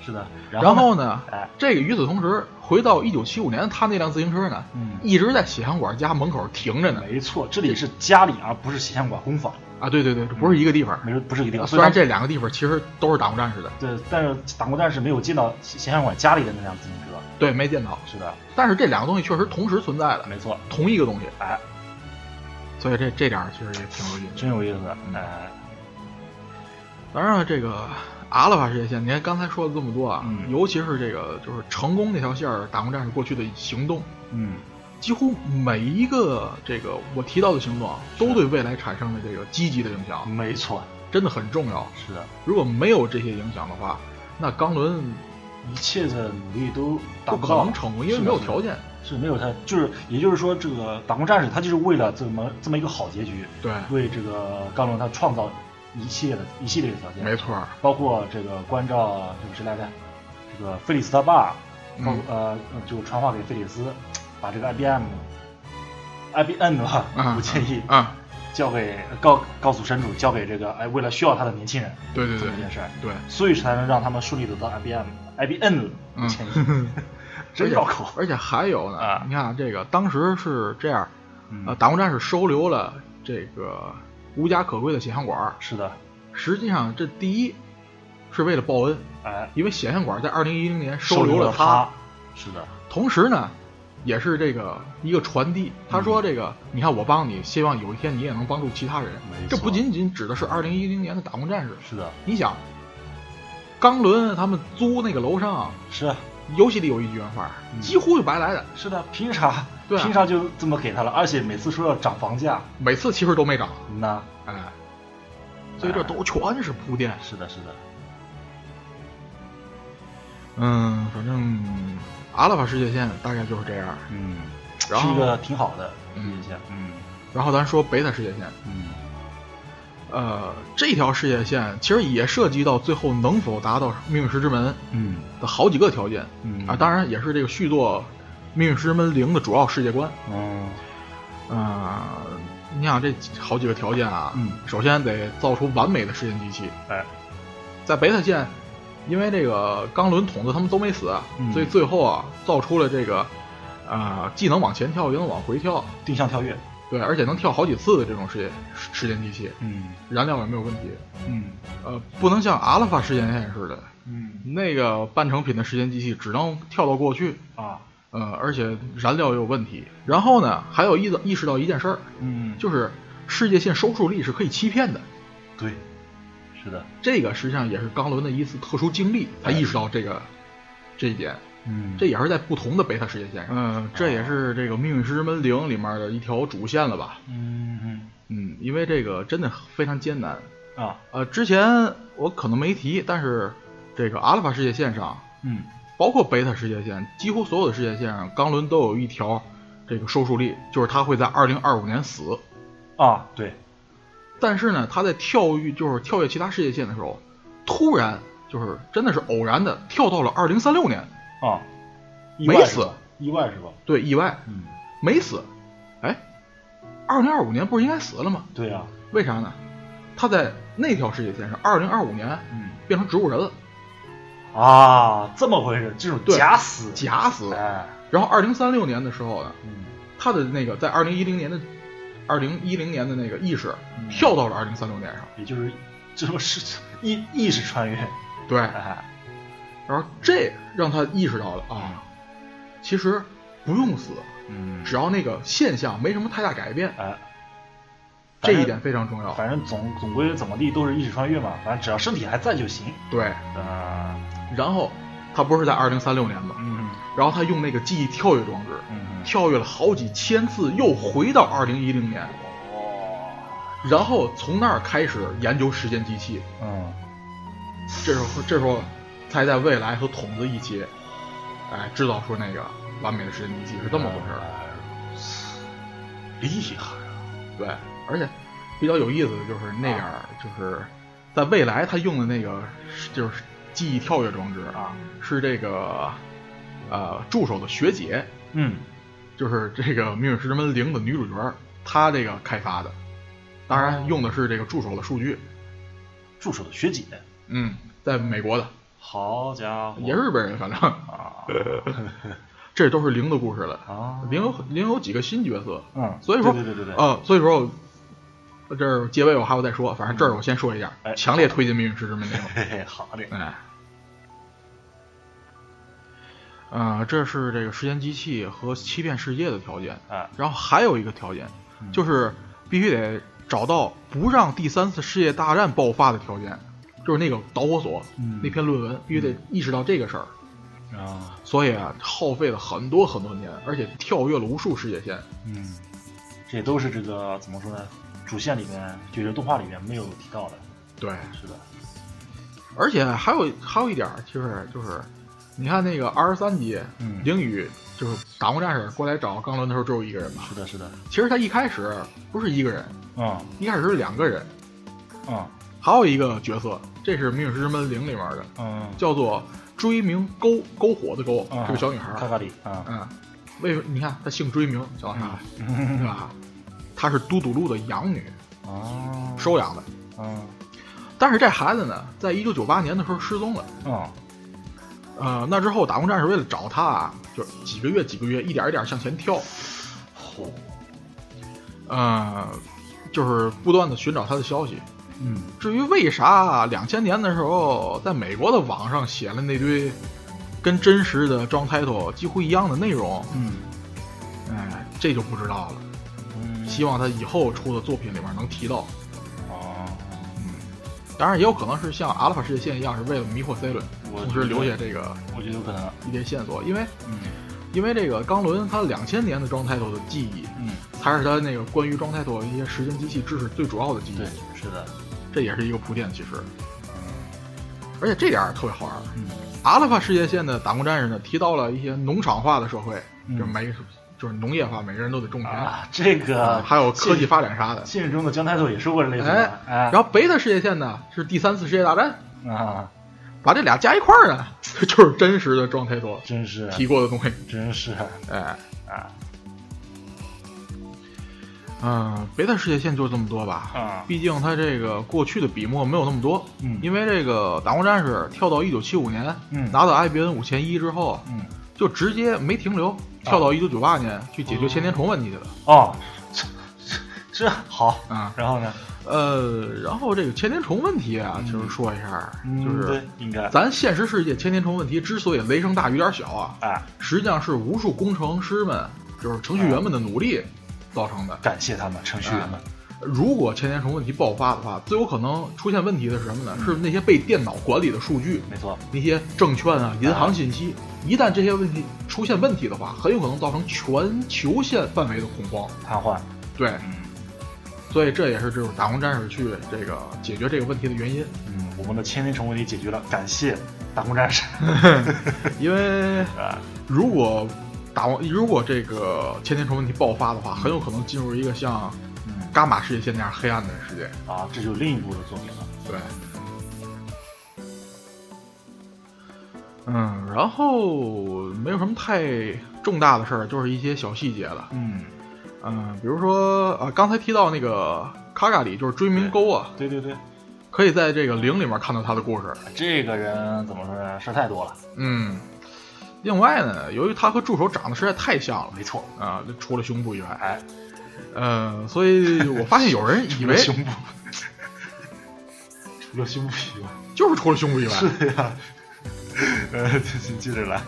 是的。
然
后
后呢
哎，
这个与此同时，回到一九七五年，他那辆自行车呢
嗯，
一直在血汗馆家门口停着呢。
没错，这里是家里而不是血汗馆工坊，
啊，对对对，这不是一个地方。
嗯没事，不是一个地方。
虽然
所以
这两个地方其实都是打工战士的，
他对，但是打工战士没有进到血汗馆家里的那辆自行车。
对，没见到。
是的，
但是这两个东西确实同时存在的，
没错，
同一个东西，
哎，
所以这这点儿其实也挺有意思的。
真有意思，哎，
当然，了，这个阿拉法世界线，您刚才说了这么多啊，
嗯
尤其是这个就是成功那条线儿，打工战士过去的行动，
嗯，
几乎每一个这个我提到的行动啊，都对未来产生了这个积极的影响，
没错，
真的很重要。
是的，
如果没有这些影响的话，那冈伦
一切的努力都达
不
不
可
到
能成功，因为没有条。
是的
件。
是没有他，就是也就是说，这个打工战士他就是为了这么这么一个好结局，
对
为这个钢龙他创造一系列的一系列的条件，
没错儿，
包括这个关照这个谁来着？这个菲利斯他爸，包
嗯
呃就传话给菲利斯，把这个 IBM IBM 的话， [laughs]
啊，
我建议
啊，
交给告告诉神主，交给这个哎为了需要他的年轻人
对对
这
对
么一件事儿，
对，
所以才能让他们顺利得到 IBM IBM 的
[laughs]
建议，
嗯，
真绕口
而且还有呢，
啊
你看这个当时是这样，
嗯
呃，打工战士收留了这个无家可归的显像管儿，
是的，
实际上这第一是为了报恩，
哎，
因为显像管儿在二零一零年
收
留
留
了
他，是的，
同时呢，也是这个一个传递。他说：“这个，你看我帮你，希望有一天你也能帮助其他人
没。错
这不仅仅指的是二零一零年的打工战士。
是的，
你想，冈伦他们租那个楼上，
是啊，
游戏里有一句原话，
嗯
几乎就白来的。
是的，凭啥？
对啊
凭啥就这么给他了？而且每次说要涨房价，
每次其实都没涨，
那
哎，所以这都全是铺垫。
是的，是的，
嗯，反正阿拉法世界线大概就是这样。
嗯，
然
是
后
一个挺好的
嗯
印象，嗯
然后咱说贝塔世界线，
嗯，
呃，这条世界线其实也涉及到最后能否达到命运石之门
嗯
的好几个条件，
嗯
啊，当然也是这个续作《命运石之门零》的主要世界观。
嗯
啊、你想这好几个条件啊，
嗯
首先得造出完美的实验机器，
哎
在贝塔线，因为这个钢轮筒子他们都没死，
嗯
所以最后啊造出了这个，啊，既能往前跳，也能往回跳，
定向跳跃，
对，而且能跳好几次的这种实验实实验机器，
嗯
燃料也没有问题。
嗯
呃，不能像阿拉法实验线似的，
嗯
那个半成品的时间机器只能跳到过去，
啊
呃，而且燃料也有问题。然后呢，还有意意识到一件事儿，
嗯，
就是世界线收视率是可以欺骗的。
对，是的，
这个实际上也是冈伦的一次特殊经历，他意识到这个这一点。
嗯
这也是在不同的贝塔世界线上，嗯，这也是这个《命运石之门零》里面的一条主线了吧？
嗯嗯
嗯，因为这个真的非常艰难，
啊
呃，之前我可能没提，但是这个阿拉法世界线上，
嗯
包括贝塔世界线，几乎所有的世界线上，钢轮都有一条这个收视率，就是它会在二零二五年死。
啊对，
但是呢，它在跳跃就是跳跃其他世界线的时候，突然就是真的是偶然的跳到了二零三六年，
啊，意
没
外是
死
吧，意外是吧？
对，意外
嗯，
没死。哎，二零二五年不是应该死了吗？
对啊呀，
为啥呢？他在那条世界线上，二零二五年
嗯
变成植物人了，
啊，这么回事，这种
对
假死，
假死。
哎，
然后二零三六年的时候呢，
嗯
他的那个在二零一零年的二零一零年的那个意识
嗯
跳到了二零三六年上，
也就是 [laughs] 这种是意意识
[laughs]
穿越，
对，
哎，
然后这让他意识到了啊，其实不用死，
[laughs] 嗯
只要那个现象没什么太大改变，
哎，
啊这一点非哦常重要。
反正总总归怎么地都是意识穿越嘛，反正只要身体还在就行。
对，
啊，
然后他不是在二零三六年吗？
嗯
然后他用那个记忆跳跃装置
嗯，
跳跃了好几千次，又回到二零一零年，
哦，
然后从那儿开始研究时间机器。
嗯，
这时候这时候才在未来和筒子一起，哎，制造出那个完美的时间机器是这么回事儿。啊
儿，厉害啊！
对，而且比较有意思的就是那样儿，就是在未来他用的那个是就是记忆跳跃装置啊，是这个呃助手的学姐，
嗯，
就是这个《命运石之门零》的女主角，她这个开发的，当然用的是这个助手的数据，
助手的学姐，
嗯，在美国的
哦好家伙，
也是日本人，反正。 [laughs]
啊，
这都是零的故事了
啊
零有零有几个新角色，
嗯
所以说
对对对对对
呃，所以说我这儿结尾我还要再说，反正这儿我先说一下，
哎
强烈推荐《命运石之门》这
嘿嘿，好嘞，
哎，呃，这是这个时间机器和欺骗世界的条件，
哎
然后还有一个条件
嗯
就是必须得找到不让第三次世界大战爆发的条件，就是那个导火索、
嗯
那篇论文必须得意识到这个事儿。嗯
啊，
所以啊，耗费了很多很多年，而且跳跃了无数世界线。
嗯，这都是这个怎么说呢？主线里面，就是动画里面没有提到的，
对，
是的，
而且还有还有一点儿，就是就是，你看那个二十三集，
嗯
灵宇就是打工战士过来找钢轮的时候，只有一个人吧？
是的，是的，
其实他一开始不是一个人，
嗯
一开始是两个人，
嗯，
还有一个角色，这是《命运石之门零》里面的，
嗯，
叫做追名篝篝火的篝，
啊
是个小女孩
卡
儿。
卡里啊，
嗯，为什么？你看她姓追名，叫啥？对
嗯
吧？她是都督路的养女，
[laughs] 啊，
收养的。
嗯
但是这孩子呢，在一九九八年的时候失踪了。
嗯
呃，那之后打工战士为了找她啊，就是几个月几个月，一点一点向前跳，
嚯，
呃，就是不断的寻找她的消息。
嗯
至于为啥两千年的时候在美国的网上写了那堆跟真实的 John Title 几乎一样的内容，
嗯
哎，这就不知道了。
嗯，
希望他以后出的作品里面能提到。嗯
啊，
当然，也有可能是像阿拉法世界线一样，是为了迷惑 C 轮，
我
同时留下这个
我觉得有可能，
一些线索。因为
嗯
因为这个钢轮他两千年的 John Title 的记忆，
嗯，
才是他那个关于 John Title 的一些时间机器知识最主要的记忆
嗯对。，是的，
这也是一个铺垫，其实。而且这点儿特别好玩儿，
嗯
阿拉法世界线的打工战士呢，提到了一些农场化的社会，
嗯
就每就是农业化，每个人都得种田，
啊，这个
还有科技
现
发展啥的。
现实中的姜太斗也说过这类似的，哎，
然后贝塔世界线呢是第三次世界大战，
啊，
把这俩加一块儿呢， [laughs] 就是真实的状态所
真是
提过的东西。
真是
哎，
啊
嗯，贝塔世界线就这么多吧。
啊
毕竟它这个过去的笔墨没有那么多，
嗯
因为这个《打工战士》跳到一九七五年，
嗯
拿到 IBN 五千一之后，
嗯
就直接没停留，跳到一九九八年去解决千年虫问题去了
[laughs] 哦，这这这好，
啊。
然后呢，
呃，然后这个千年虫问题啊，
嗯
就是说一下，
嗯
就
对
是
应该
咱现实世界千年虫问题之所以雷声大雨点小啊，
啊，
实际上是无数工程师们，就是程序员们的努力造成的。
感谢他们程序员们，
如果千年虫问题爆发的话，最有可能出现问题的是什么呢？
嗯
是那些被电脑管理的数据，
没错，
那些证券啊、银行信息。一旦这些问题出现问题的话，很有可能造成全球线范围的恐慌。
瘫痪，
对，
嗯
所以这也是就是打工战士去这个解决这个问题的原因，
嗯，我们的千年虫问题解决了，感谢打工 [laughs] 战士
因为
啊，
如果打完，如果这个千年虫问题爆发的话，很有可能进入一个像
嗯
伽马世界线那样黑暗的世界。
啊，这就是另一部的作品了，
对。嗯，然后没有什么太重大的事儿，就是一些小细节了。
嗯，
嗯，比如说啊，刚才提到那个卡卡里，就是追名沟啊，
对对对，
可以在这个零里面看到他的故事。
这个人怎么说呢，事儿太多了，
嗯，另外呢，由于他和助手长得实在太像了
没错，
啊，除了胸部以外，
哎，
呃，所以我发现有人以
[laughs]
为
胸部，除了胸部以外， [laughs]
就是除了胸部以外，
是的呀， [laughs] 呃，接着来，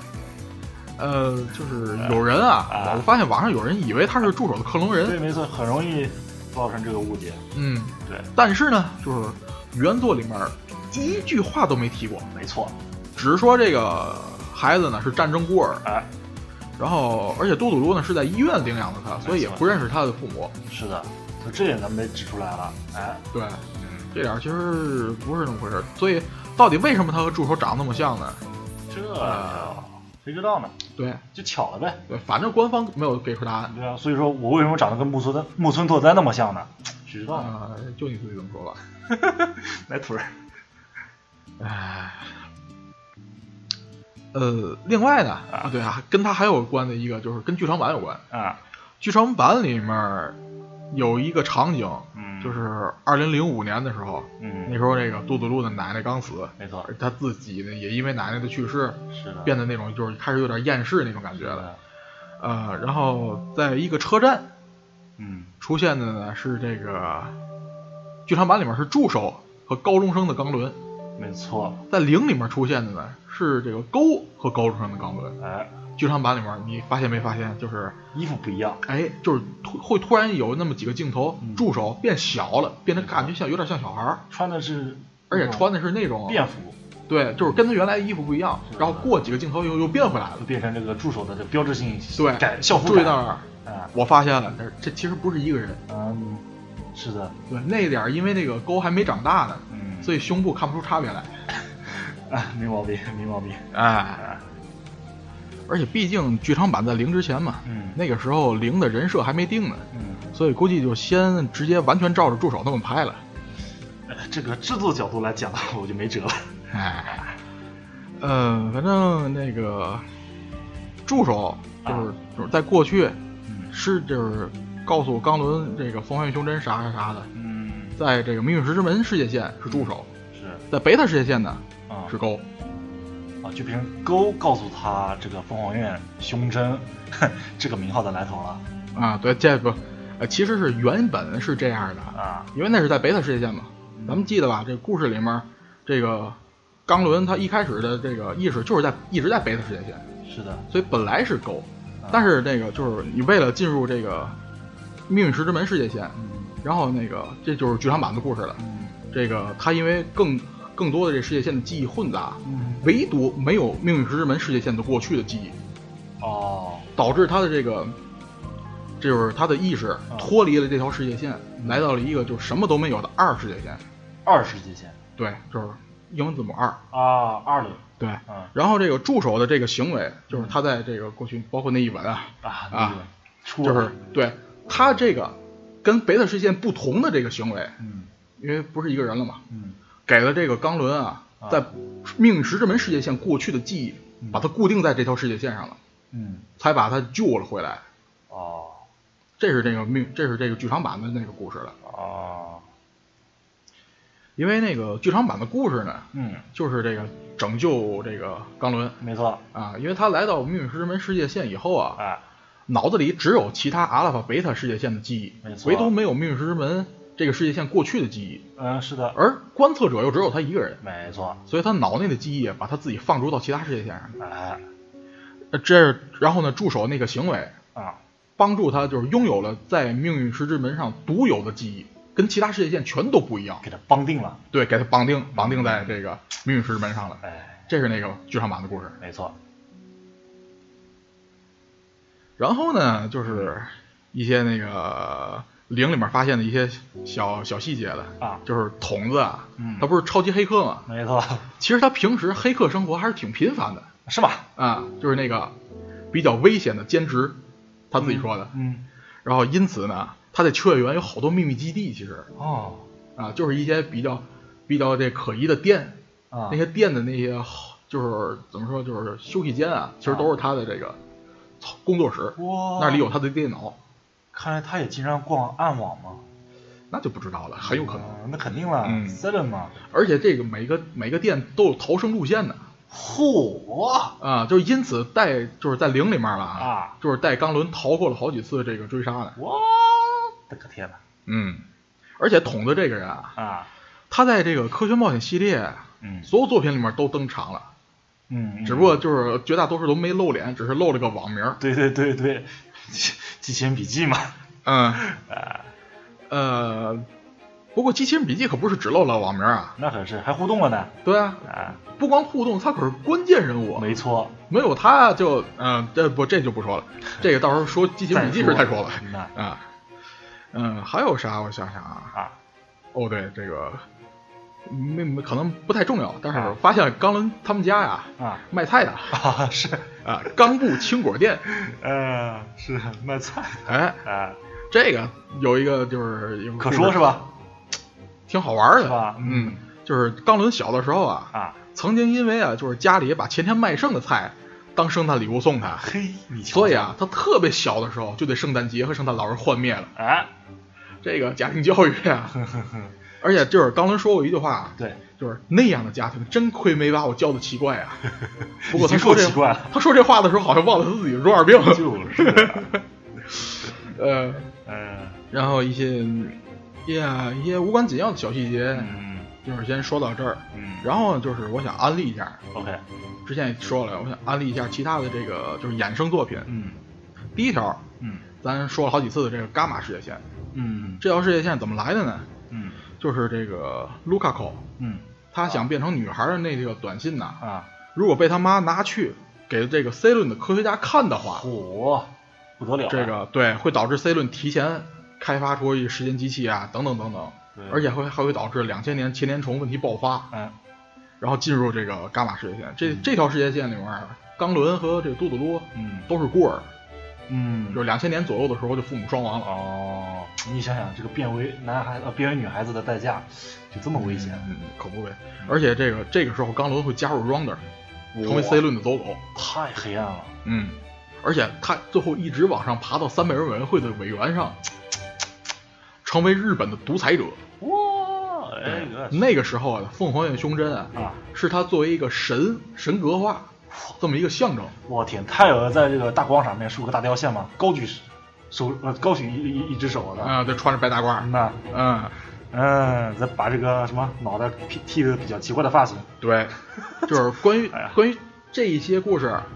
呃，就是有人啊
啊，
我发现网上有人以为他是助手的克隆人
对，，没错，很容易造成这个误解，
嗯，
对，
但是呢，就是原作里面一句话都没提过，
没错，
只是说这个孩子呢是战争孤儿，
哎，
然后而且多鲁鲁呢是在医院领养的他，所以也不认识他的父母。
是的，就这点咱们得指出来了，哎，
对，这点儿其实不是那么回事儿。所以到底为什么他和助手长得那么像呢？
这
啊
谁知道呢？
对
就巧了呗。
对，反正官方没有给出答案。
对啊，所以说我为什么长得跟木村的木村拓哉那么像呢？嗯谁知道呢？
啊、就你自己这么说吧。
来腿儿，
唉，呃，另外呢，啊，对啊，跟他还有关的一个就是跟剧场版有关。
啊，
剧场版里面有一个场景，
嗯，
就是二零零五年的时候，那
嗯，
时候这个杜子路的奶奶刚死，
没错
而，他自己呢也因为奶奶的去世，
是的，
变得那种就是开始有点厌世那种感觉了。
了，
呃，然后在一个车站
嗯，
出现的呢是这个剧场版里面是助手和高中生的钢轮，
没错，
在零里面出现的呢是这个沟和高中生的钢轮。
哎，
剧场版里面你发现没发现就是
衣服不一样，
哎，就是突会突然有那么几个镜头，
嗯
助手变小了，变得感觉像有点像小孩儿，
穿的是，
而且穿的是那种
便服，
对，就是跟他原来衣服不一样
是，的
然后过几个镜头又又变回来了
就。变成这个助手的这标志性
对，
改校服
注意
改
到那儿，
啊，
我发现了，这这其实不是一个人。
嗯，是的，
对，那点儿因为那个沟还没长大呢，
嗯，
所以胸部看不出差别来。
啊，没毛病，没毛病，
哎，
啊，
而且毕竟剧场版在零之前嘛，
嗯，
那个时候零的人设还没定呢，
嗯，
所以估计就先直接完全照着助手那么拍了。
呃这个制作角度来讲， [laughs] 我就没辙了。
哎，嗯，反正那个助手就是就是在过去
啊嗯
是就是告诉冈伦这个风月胸针啥啥啥的，
嗯，
在这个命运石之门世界线是助手，
是
在贝塔世界线呢
啊
是勾，
啊，就变成勾告诉他这个凤凰院胸针这个名号的来头了
啊，对，这不，呃，其实是原本是这样的，
啊。
因为那是在贝塔世界线嘛。
嗯
咱们记得吧？这故事里面，这个冈伦他一开始的这个意识就是在一直在贝塔世界线，
是的，
所以本来是勾
啊，
但是那个就是你为了进入这个命运石之门世界线，
嗯
然后那个这就是剧场版的故事了。
嗯
这个他因为更更多的这世界线的记忆混杂，
嗯，
唯独没有命运石之门世界线的过去的记忆，
哦，
导致他的这个，这就是他的意识
啊
脱离了这条世界线，来到了一个就什么都没有的二世界线。
二世界线
对，就是英文字母二。
啊，二轮
对，
啊
然后这个助手的这个行为，就是他在这个过去，包括那一吻啊，
啊
啊，
那个出
就是对他这个跟北塔事件不同的这个行为，
嗯
因为不是一个人了嘛，
嗯
给了这个冈伦啊
啊，
在命运石之门世界线过去的记忆
嗯，
把它固定在这条世界线上了，
嗯，
才把他救了回来。
哦
这是这个命，这是这个剧场版的那个故事了。
哦，
因为那个剧场版的故事呢，
嗯，
就是这个拯救这个冈伦
没错，
啊，因为他来到命运石之门世界线以后啊，
哎，
脑子里只有其他阿拉法、贝塔世界线的记忆
没，错
唯独没有命运石之门这个世界线过去的记忆。
嗯，是的，
而观测者又只有他一个人，
没错，
所以他脑内的记忆啊把他自己放逐到其他世界线上。
哎，
呃这然后呢，助手那个行为
啊，
帮助他就是拥有了在命运石之门上独有的记忆，跟其他世界线全都不一样。
给他绑定了，
对，给他绑定绑定在这个命运石之门上了。
哎，
这是那个剧场版的故事。
没错，
然后呢，就是一些那个零里面发现的一些小小细节了
啊
就是筒子啊，
嗯
他不是超级黑客吗？
没错，
其实他平时黑客生活还是挺频繁的。
是吧？
啊，就是那个比较危险的兼职，他自己说的。
嗯，
然后因此呢，他在秋叶原有好多秘密基地，其实
哦，
啊，就是一些比较比较这可疑的店，
啊，
那些店的那些好就是怎么说，就是休息间啊，其实都是他的这个操工作室，
哇，
那里有，他的电脑，
看来他也经常逛暗网嘛，
那就不知道了，很有可能。
嗯，那肯定了
嗯
s e l e n 嘛，
而且这个每个每个店都有逃生路线的
嚯，
啊，就是因此带就是在零里面吧
啊
就是带钢轮逃过了好几次这个追杀的。
我的个天呐，
嗯，而且筒子这个人啊，
啊，
他在这个科学冒险系列
嗯
所有作品里面都登场了，
嗯，
只不过就是绝大多数都没露脸，只是露了个网名儿。
对对对对，机机器人笔记嘛，
嗯，
啊，
呃，不过《机器人笔记》可不是只露了网名儿啊，
那可是还互动了呢，
对啊，
啊，
不光互动，他可是关键人物，
没错，
没有他就嗯、这不这就不
[laughs]
说了，这个到时候说《机器人笔记》时再说吧。
那
啊，嗯，还有啥？我想想啊，
啊，
哦对，这个没没可能不太重要，但
啊
是发现冈伦他们家呀。
啊
卖菜的
啊 [laughs] 是，
[laughs] 啊，冈部青
[laughs]
果店。
呃是卖菜
哎，
的啊，
这个有一个就是有个
可
故事
说是？吧？
挺好玩儿的，
是吧
嗯，就是冈伦小的时候啊，
啊，
曾经因为啊，就是家里把前天卖剩的菜当圣诞礼物
[laughs]
送他，
嘿，你瞧瞧
所以啊，他特别小的时候就对圣诞节和圣诞老人幻灭了。
啊，
这个家庭教育
[laughs]
啊，
呵呵呵，
而且就是冈伦说过一句话，啊
对，
就是那样的家庭真亏没把我教的奇怪
[laughs]
啊。不过他
已经够
说这
奇怪了
他说这话的时候好像忘了他自己有中二病，
就是，啊
[laughs] 呃。
嗯
然后一些嗯一些一些无关紧要的小细节，
嗯
就是先说到这儿。
嗯，
然后就是我想安利一下，
后 OK，
之前也说了，我想安利一下其他的这个就是衍生作品。
嗯
第一条，
嗯
咱说了好几次的这个伽马世界线，
嗯
这条世界线怎么来的呢？
嗯
就是这个卢卡口，
嗯
他想变成女孩的那个短信呐、
啊，
如果被他妈拿去给这个 C 论的科学家看的话，
火不得了啊，
这个对会导致 C 论提前开发出一时间机器啊，等等等等
对，
而且会还会导致两千年前年虫问题爆发，
嗯
然后进入这个伽马世界线。这这条世界线里面，冈伦和这个杜杜噜
嗯
都是孤儿，
嗯
就是两千年左右的时候就父母双亡了。
哦，你想想这个变为男孩呃变为女孩子的代价，就这么危险，
嗯，可不呗。而且这个这个时候，冈伦会加入 Rounder，成为 C 轮的走狗。
太黑暗了。
嗯，而且他最后一直往上爬到三美人委员会的委员上，成为日本的独裁者。
哇，哎，
那个时候啊，凤凰院胸针啊，
啊
是他作为一个神神格化这么一个象征。
我天，他有在这个大广场上面竖个大雕像吗？高举手呃高举一一一只手的，
啊、对，穿着白大褂。
那
嗯，
嗯，再把这个什么脑袋剃剃的比较奇怪的发型， [laughs]
对，就是关于
哎呀哎
关于这一些故事，啊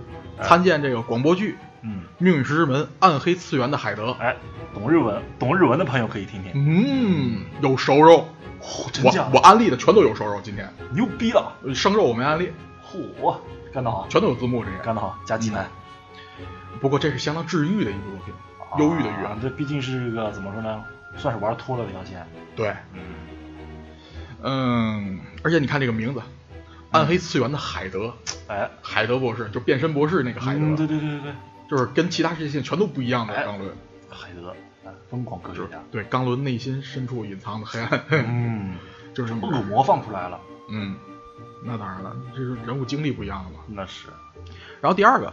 参见这个广播剧
嗯，
《命运石之门》《暗黑次元的海德》。
哎，懂日文懂日文的朋友可以听听，
嗯，有熟肉，
嚯、哦真假
我我
的？
安利的全都有熟肉，今天
牛逼了，
生肉我没安利，
嚯，干得好，
全都有字幕这个。
干得好，加济南，
不过这是相当治愈的一部作品，嗯忧郁的
啊
郁。
这毕竟是一个怎么说呢，算是玩脱了的一条线，
对，
嗯，
嗯，而且你看这个名字，《暗黑次元的海德》
哎，
海德博士就变身博士那个海德，
嗯，对对对对对，
就是跟其他世界线全都不一样的
哎
钢伦，
海德，哎疯狂科学
就是
家，
对钢伦内心深处隐藏的黑暗，
嗯，
就是
恶魔放出来了，
嗯，那当然了，这是人物经历不一样了嘛。
那是，
然后第二个，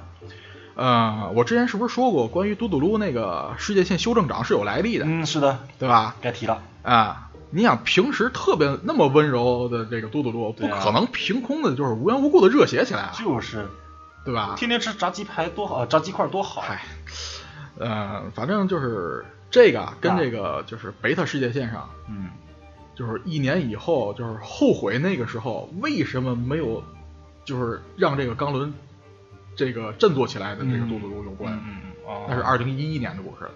呃，我之前是不是说过关于嘟嘟噜那个世界线修正长是有来历的，
嗯，是的，
对吧？
该提了，
啊，你想平时特别那么温柔的这个嘟嘟噜，不
对啊
可能凭空的就是无缘无故的热血起来啊，
就是
对吧？
天天吃炸鸡排多好，呃炸鸡块多好，
嗨，哎呃，反正就是这个啊跟这个就是贝塔世界线上，
嗯，
就是一年以后，就是后悔那个时候为什么没有，就是让这个钢轮这个振作起来的这个
嗯
嘟嘟噜有关。
嗯嗯嗯，哦
那是二零一一年的故事了。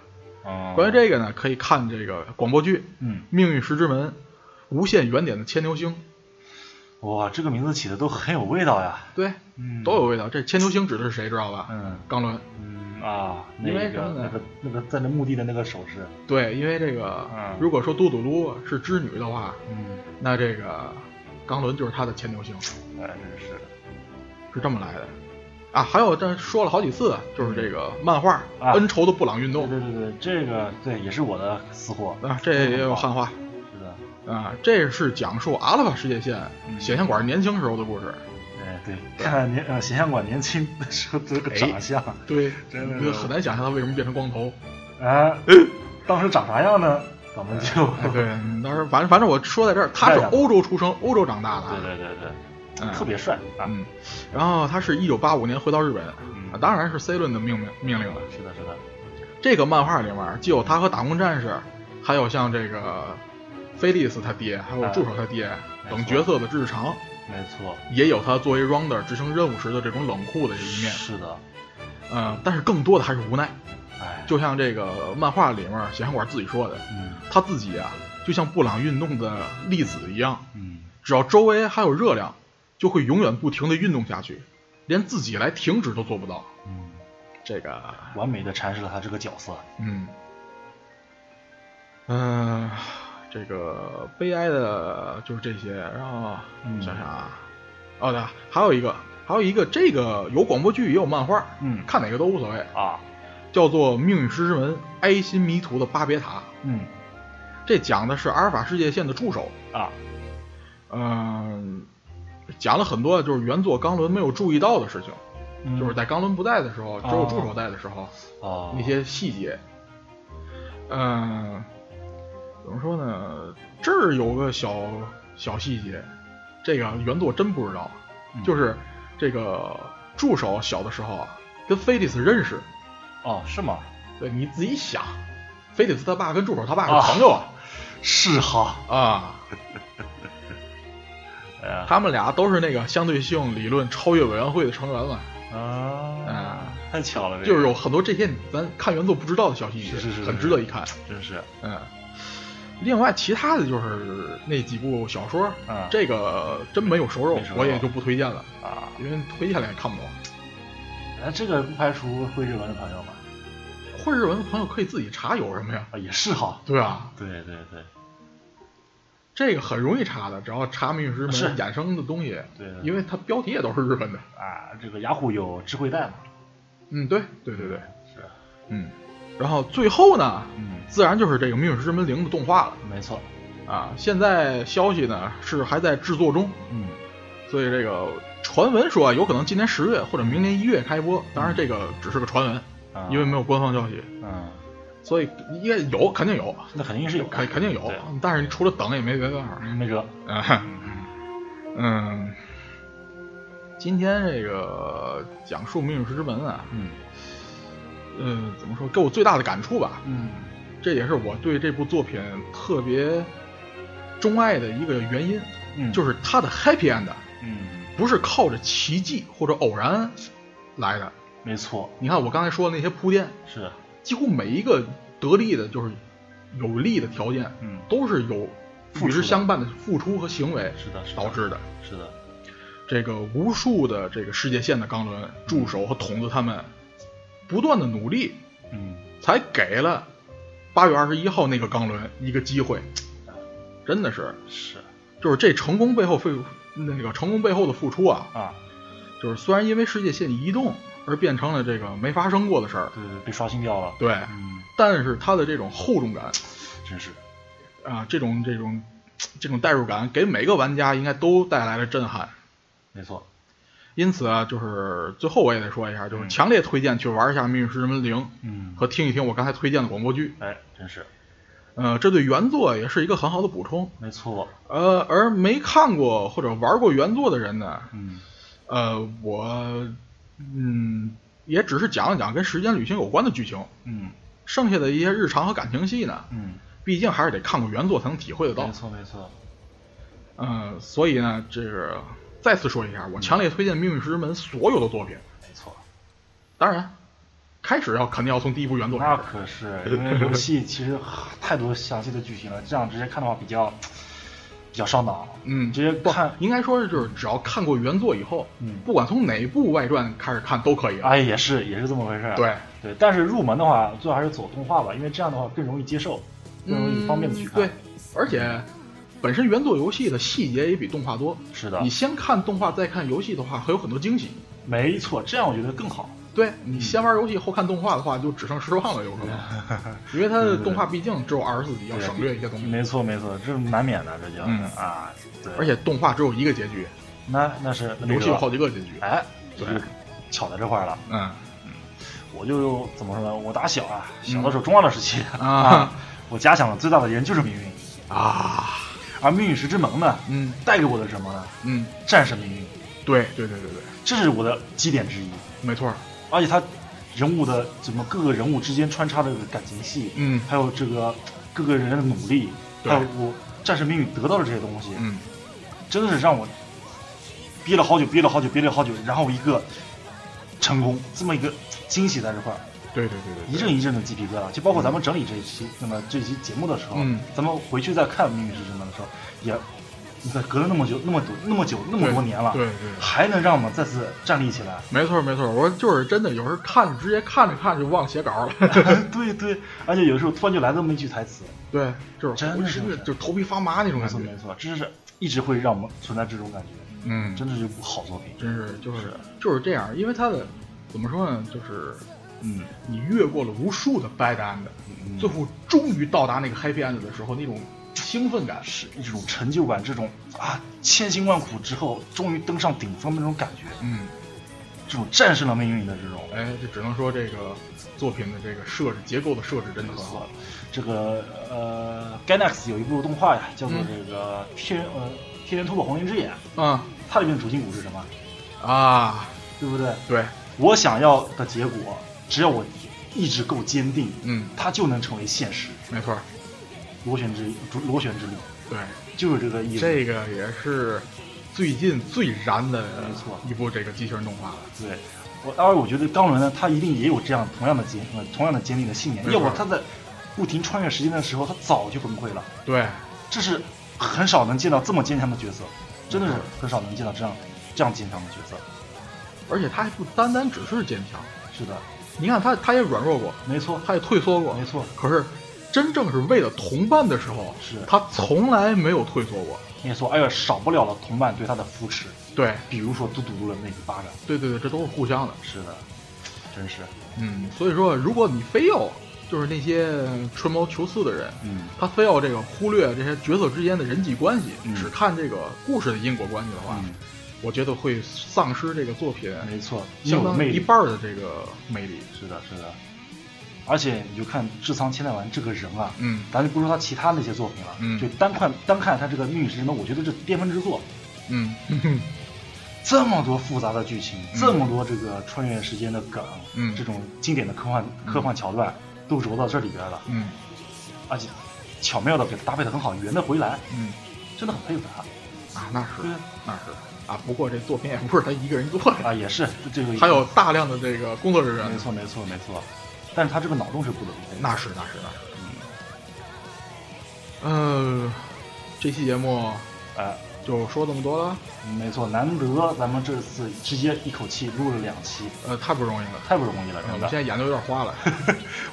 哦
关于这个呢，可以看这个广播剧《
嗯，
命运石之门》《无限原点的牵牛星》，
哇，这个名字起的都很有味道呀，
对，
嗯，
都有，味道。这牵牛星指的是谁，知道吧？
嗯
钢轮。
嗯啊，那
因为什
个
么
那
呢
个那个在那墓地的那个手势，
对，因为这个
嗯，
如果说嘟嘟噜是织女的话，
嗯，
那这个钢轮就是他的牵牛星，
哎，真是的，
是这么来的。啊，还有这说了好几次，就是这个漫画
啊
《恩仇的布朗运
对
动
对对对，这个对也是我的私货》，
啊，这也有汉化
是的，
啊，这是讲述阿拉法世界线
嗯
显像管年轻时候的故事。
哎对，看看年呃形象馆年轻的时候这个长相，
对，
真的
你很难想象他为什么变成光
[laughs]
头。
哎，当时长啥样呢？咱们就
哎，对，当时反正反正我说在这儿，他是
太难了
欧洲出生，欧洲长大的啊，
[laughs] 对对对
嗯
对，特别帅啊，
嗯，然后他是一九八五年回到日本，
嗯
啊当然是 C 轮的命命命令了。
是的是的，
这个漫画里面既有他和打工战士，还有像这个菲利斯他爹，还有
哎
助手他爹
啊没
等
错
角色的日常，
没错，
也有他作为 Rounder 执行任务时的这种冷酷的一面。
是的，
嗯，但是更多的还是无奈，
哎，
就像这个漫画里面显像管自己说的，
嗯
他自己啊就像布朗运动的粒子一样，
嗯，
只要周围还有热量，就会永远不停地运动下去，连自己来停止都做不到。
嗯，
这个，
完美的阐释了他这个角色。
嗯，嗯、这个悲哀的就是这些。然后
嗯
想想啊，哦对啊，还有一个，还有一个，这个有广播剧也有漫画，
嗯
看哪个都无所谓，
啊，
叫做《命运石之门》埃心迷途的巴别塔。
嗯
这讲的是阿尔法世界线的助手，
啊，
嗯、讲了很多就是原作冈伦没有注意到的事情。
嗯
就是在冈伦不在的时候，只有助手在的时候，
哦
那些细节。嗯、怎么说呢？这儿有个小小细节，这个原作真不知道，
嗯
就是这个助手小的时候啊，跟菲利斯认识。
哦是吗？
对，你自己想，菲利斯他爸跟助手他爸
啊
是朋友啊
是哈，
啊，
哎呀
他们俩都是那个相对性理论超越委员会的成员嘛，
啊，太巧了，这个
就是有很多这些咱看原作不知道的小细节，
是是是是
很值得一看。
真是
嗯，另外其他的就是那几部小说，
嗯
这个真没有熟肉
没，熟肉
我也就不推荐了，
啊，
因为推荐了也看不懂。
那这个不排除会日文的朋友们
会日文的朋友可以自己查有什么呀？
啊，也是哈，
对啊，
对对对
这个很容易查的，只要查《命运石门
啊是》
衍生的东西，
对对
因为它标题也都是日文的。
啊，这个雅虎有智慧带嘛，
嗯，对对对对，
是，
嗯，然后最后呢，
嗯，
自然就是这个《命运石之门零》的动画了
没错，
啊。现在消息呢是还在制作中，
嗯，
所以这个传闻说啊，有可能今年十月或者明年一月开播，当然这个只是个传闻，
啊
因为没有官方消息，
嗯，
所以应该有，肯定有，
那肯定是有，
肯肯定有啊
对，
但是你除了等也没别的办法
没辙，
啊。嗯，今天这个讲述《命运石之门》啊，
嗯
嗯，怎么说，给我最大的感触吧，
嗯
这也是我对这部作品特别钟爱的一个原因，
嗯，
就是是它的 happy end 啊
嗯，
不是靠着奇迹或者偶然来的。
没错，
你看我刚才说的那些铺垫，
是，
几乎每一个得力的，就是有利的条件，
嗯，
都是有
付出的
与之相伴的付出和行为
是的，是的
导致的。
是的，
这个无数的这个世界线的钢
嗯
轮助手和筒子他们不断的努力，
嗯，
才给了八月二十一号那个钢轮一个机会。
嗯
真的是，
是
就是这成功背后付那个成功背后的付出啊，
啊，
就是虽然因为世界线移动而变成了这个没发生过的事儿，
对对对，被刷新掉了，
对，
嗯，
但是它的这种厚重感
真是，
啊，这种这种这种代入感，给每个玩家应该都带来了震撼。
没错，
因此啊，就是最后我也得说一下，就是
嗯
强烈推荐去玩一下《命运石之门零》
嗯，
和听一听我刚才推荐的广播剧。
哎，真是，
呃，这对原作也是一个很好的补充。
没错，
呃，而没看过或者玩过原作的人呢，
嗯，
呃，我嗯也只是讲一讲跟时间旅行有关的剧情，
嗯
剩下的一些日常和感情戏呢，
嗯，
毕竟还是得看过原作才能体会得到
没。错没错，
嗯，所以呢，这个再次说一下，我强烈推荐《命运石之门》所有的作品。
没错，
当然，开始要肯定要从第一部原作开
那
始。
可是因为游戏其实啊太多详细的剧情了，这样直接看的话比较比较上脑，
嗯，
直接
不
看，
应该说是就是只要看过原作以后，
嗯
不管从哪一部外传开始看都可以了。
哎，也是也是这么回事儿，
对
对，但是入门的话，最好还是走动画吧，因为这样的话更容易接受，更容易方便的去看，
嗯对，而且本身原作游戏的细节也比动画多。
是的
你，先看动画再看游戏的话，会有很多惊喜。
没错，这样我觉得更好，
对你先玩游戏后看动画的话，就只剩失望了，有可
嗯
能，因为它的动画毕竟只有二十四集，要
对
省略一些东西，
没错没错，这是难免的，这就是、
嗯
啊，对，
而且动画只有一个结局，
那那是那
游戏有
个
好几个结局。
哎，
对
这就巧在这块儿了。
嗯
我就怎么说呢？我打小啊，小的时候中二的时期、 [laughs]
啊
我假想的最大的敌人就是命运，
啊，
而命运石之门呢，
嗯
带给我的是什么呢？
嗯，
战胜命运，
对对对对对，
这是我的基点之一。
没错儿，
而且它人物的怎么各个人物之间穿插的感情戏，
嗯
还有这个各个人的努力，
对
还有我战胜命运得到的这些东西，
嗯，
真的是让我憋了好久，憋了好久，憋了好久，然后一个成功，这么一个惊喜在这块儿。
对对对对，
一阵一阵的鸡皮疙瘩，就包括咱们整理这一期，那么这一期节目的时候，
嗯
咱们回去再看《命运之城》的时候，也，你看隔了那么久、那么多、那么久、那么多年了，
对对对
还能让我们再次站立起
[laughs]
来，
没错儿没错儿，我就是真的有时候看直接看着看着就忘写稿了， [laughs]
对对，而且有时候突然就来这么一句台词，
对，就是
真
浑
是
身
这
的
样
就头皮发麻那种
没
感
错没
觉，
错，这是一直会让我们存在这种感觉，
嗯，
真的是一部好作品，
真是就是就是这样，因为它的怎么说呢，就是
嗯，
你越过了无数的 bad end，
嗯
最后终于到达那个 happy end 的时候，那种兴奋感，
是一种成就感，这种啊千辛万苦之后终于登上顶峰的那种感觉，
嗯，
这种战胜了命运的这种，
哎，这只能说这个作品的这个设置结构的设置真的很好，
这个呃，Gainax 有一部动画呀，叫
嗯
做这个《天人》呃《天元突破红莲之眼》，
啊
它里面的主心骨是什么？
啊，
对不对？
对，
我想要的结果，只要我意志够坚定，
嗯，
它就能成为现实。
没错儿，
螺旋之主螺旋之力
对，
就是这个意思。
这个也是最近最燃的
没错
一部这个机器人动画了，
对，我当然我觉得钢轮呢，它一定也有这样同样的坚呃同样的坚定的信念，
没
要
错
不它在不停穿越时间的时候，它早就崩溃了。
对，
这是很少能见到这么坚强的角色，真的是
没错
很少能见到这样这样坚强的角色。
而且它还不单单只是坚强，
是的，
你看它它也软弱过，
没错，
它也退缩过，
没错，
可是真正是为了同伴的时候，
是
他从来没有退缩过。
没错，而且少不了了同伴对他的扶持，
对，
比如说嘟嘟嘟的那一巴掌。
对对对，这都是互相的。
是的，真是，
嗯，所以说，如果你非要就是那些吹毛求疵的人，
嗯
他非要这个忽略这些角色之间的人际关系，
嗯
只看这个故事的因果关系的话，
嗯，
我觉得会丧失这个作品
没错，应
相
有的
当
魅
于一
力。
半儿的这个魅力。
是的，是的。而且你就看志仓千代丸这个人啊，
嗯
咱就不说他其他那些作品了，
嗯
就单看单看他这个《命运石之门》，我觉得这巅峰之作，
嗯哼哼
这么多复杂的剧情，这么多这个穿越时间的梗，
嗯
这种经典的科幻科幻桥段都揉到这里边了，
嗯
而且巧妙的给它搭配的很好，圆的回来，
嗯
真的很佩服他。
啊，那是
对
那是啊，不过这作品也不是他一个人做的，
啊，也是这个
还有嗯大量的这个工作人
没
员。
错没错没错，但是他这个脑洞是不得不佩服。
那是那是那是。
嗯，
呃，这期节目
哎、
就说这么多了。
没错，难得咱们这次直接一口气录了两期，
呃，太不容易了，
太不容易了，
呃我
真
们现
的。
在眼都有点花
[laughs]
了。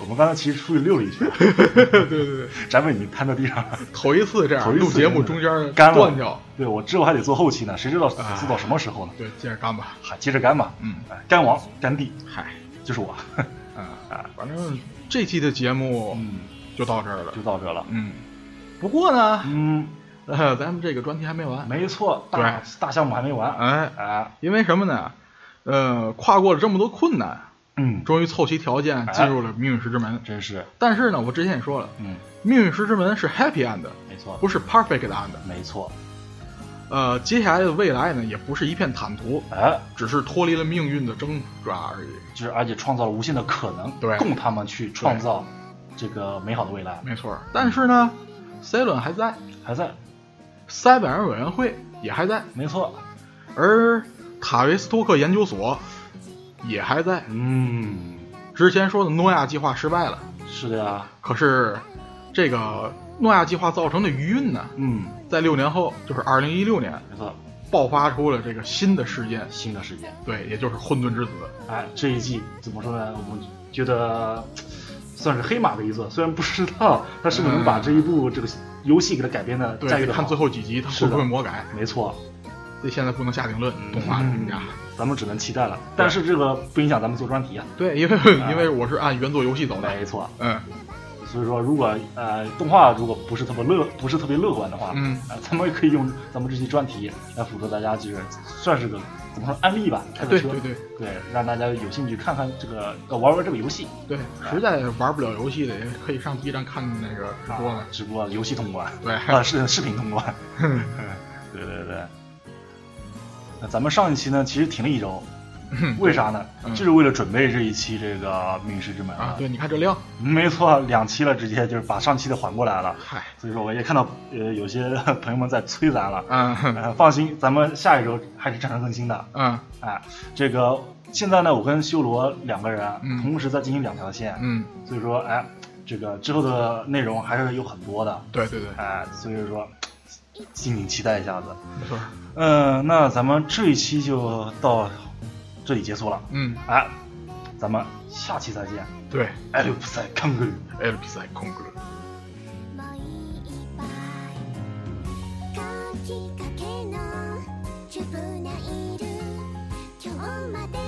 我们刚才其实出去溜了一圈， [laughs]
对对对，
展伟已经瘫在地上了。
头一次这
头
样
一次
录节目
真
中
的
间
干了
断掉，
对，我之后还得做后期呢，谁知道
啊
做到什么时候呢？
对，接着干吧。
还接着啊干吧，
嗯
哎，干王干弟
嗨，
就是我，
啊，反正这期的节目
嗯，
就到这儿了
就。到这了。
嗯，不过呢，
嗯，
呃，咱们这个专题还没完。
没错，大
对啊
大项目还没完，
哎，
哎，
因为什么呢？呃，跨过了这么多困难，
嗯，
终于凑齐条件
哎
进入了命运石之门。
真是，
但是呢，我之前也说了，
嗯，
命运石之门是 happy end，
没错，
不是 perfect end。
没错，
呃，接下来的未来呢，也不是一片坦途，
哎，
只是脱离了命运的挣扎而已。
就是而且创造了无限的可能，
对
供他们去创造这个美好的未来，
没错儿，但是呢 c 轮还在，
还在，
塞百人委员会也还在，
没错，
而塔维斯托克研究所也还在。
嗯，
之前说的诺亚计划失败了，
是的呀，
可是这个诺亚计划造成的余韵呢，
嗯，
在六年后，就是二零一六年，
没错，
爆发出了这个新的事件，
新的世界，
对，也就是混沌之子。
哎，这一季怎么说呢？我们觉得算是黑马的一座，虽然不知道他是不是能把这一部这个游戏给它改编的驾驭
嗯对，
的
看最后几集他会
是
不
的
会魔改，
没错，
这现在不能下定论，动画评
嗯
价。
咱们只能期待了。但是这个不影响咱们做专题啊。
对，因为因为我是按原作游戏走的，
没错，
嗯，
所以说如果呃动画如果不是特别乐不是特别乐观的话，
嗯
呃咱们也可以用咱们这期专题来辅助大家，就是算是个怎么说案例吧，开个
对
车，
对对
对让大家有兴趣看看这个呃玩玩这个游戏
对，实在玩不了游戏的也可以上 B 站看那个直播
啊
嘛，。
直播游戏通关。
对，
[laughs] 啊，是视频通关。对对对。那咱们上一期呢，其实停了一周，为啥呢？
嗯
就是为了准备这一期这个《命运石之门》
啊，对，你看这量，
没错，两期了，直接就是把上期的缓过来了。
嗨，
所以说，我也看到呃有些 [laughs] 朋友们在催咱了。
嗯
呃，放心，咱们下一周还是正常更新的。
嗯
哎，这个现在呢，我跟修罗两个人啊
嗯
同时在进行两条线，
嗯，
所以说，哎，这个之后的内容还是有很多的。
对对对，
哎，所以说，敬请期待一下子。
没错，
嗯、那咱们这一期就到这里结束了。
嗯，
哎，咱们下期再见。
对
哎呦，不塞看个
，L P 赛空格。
「もういっぱい」「かきかけのチューブナイル」「今日まで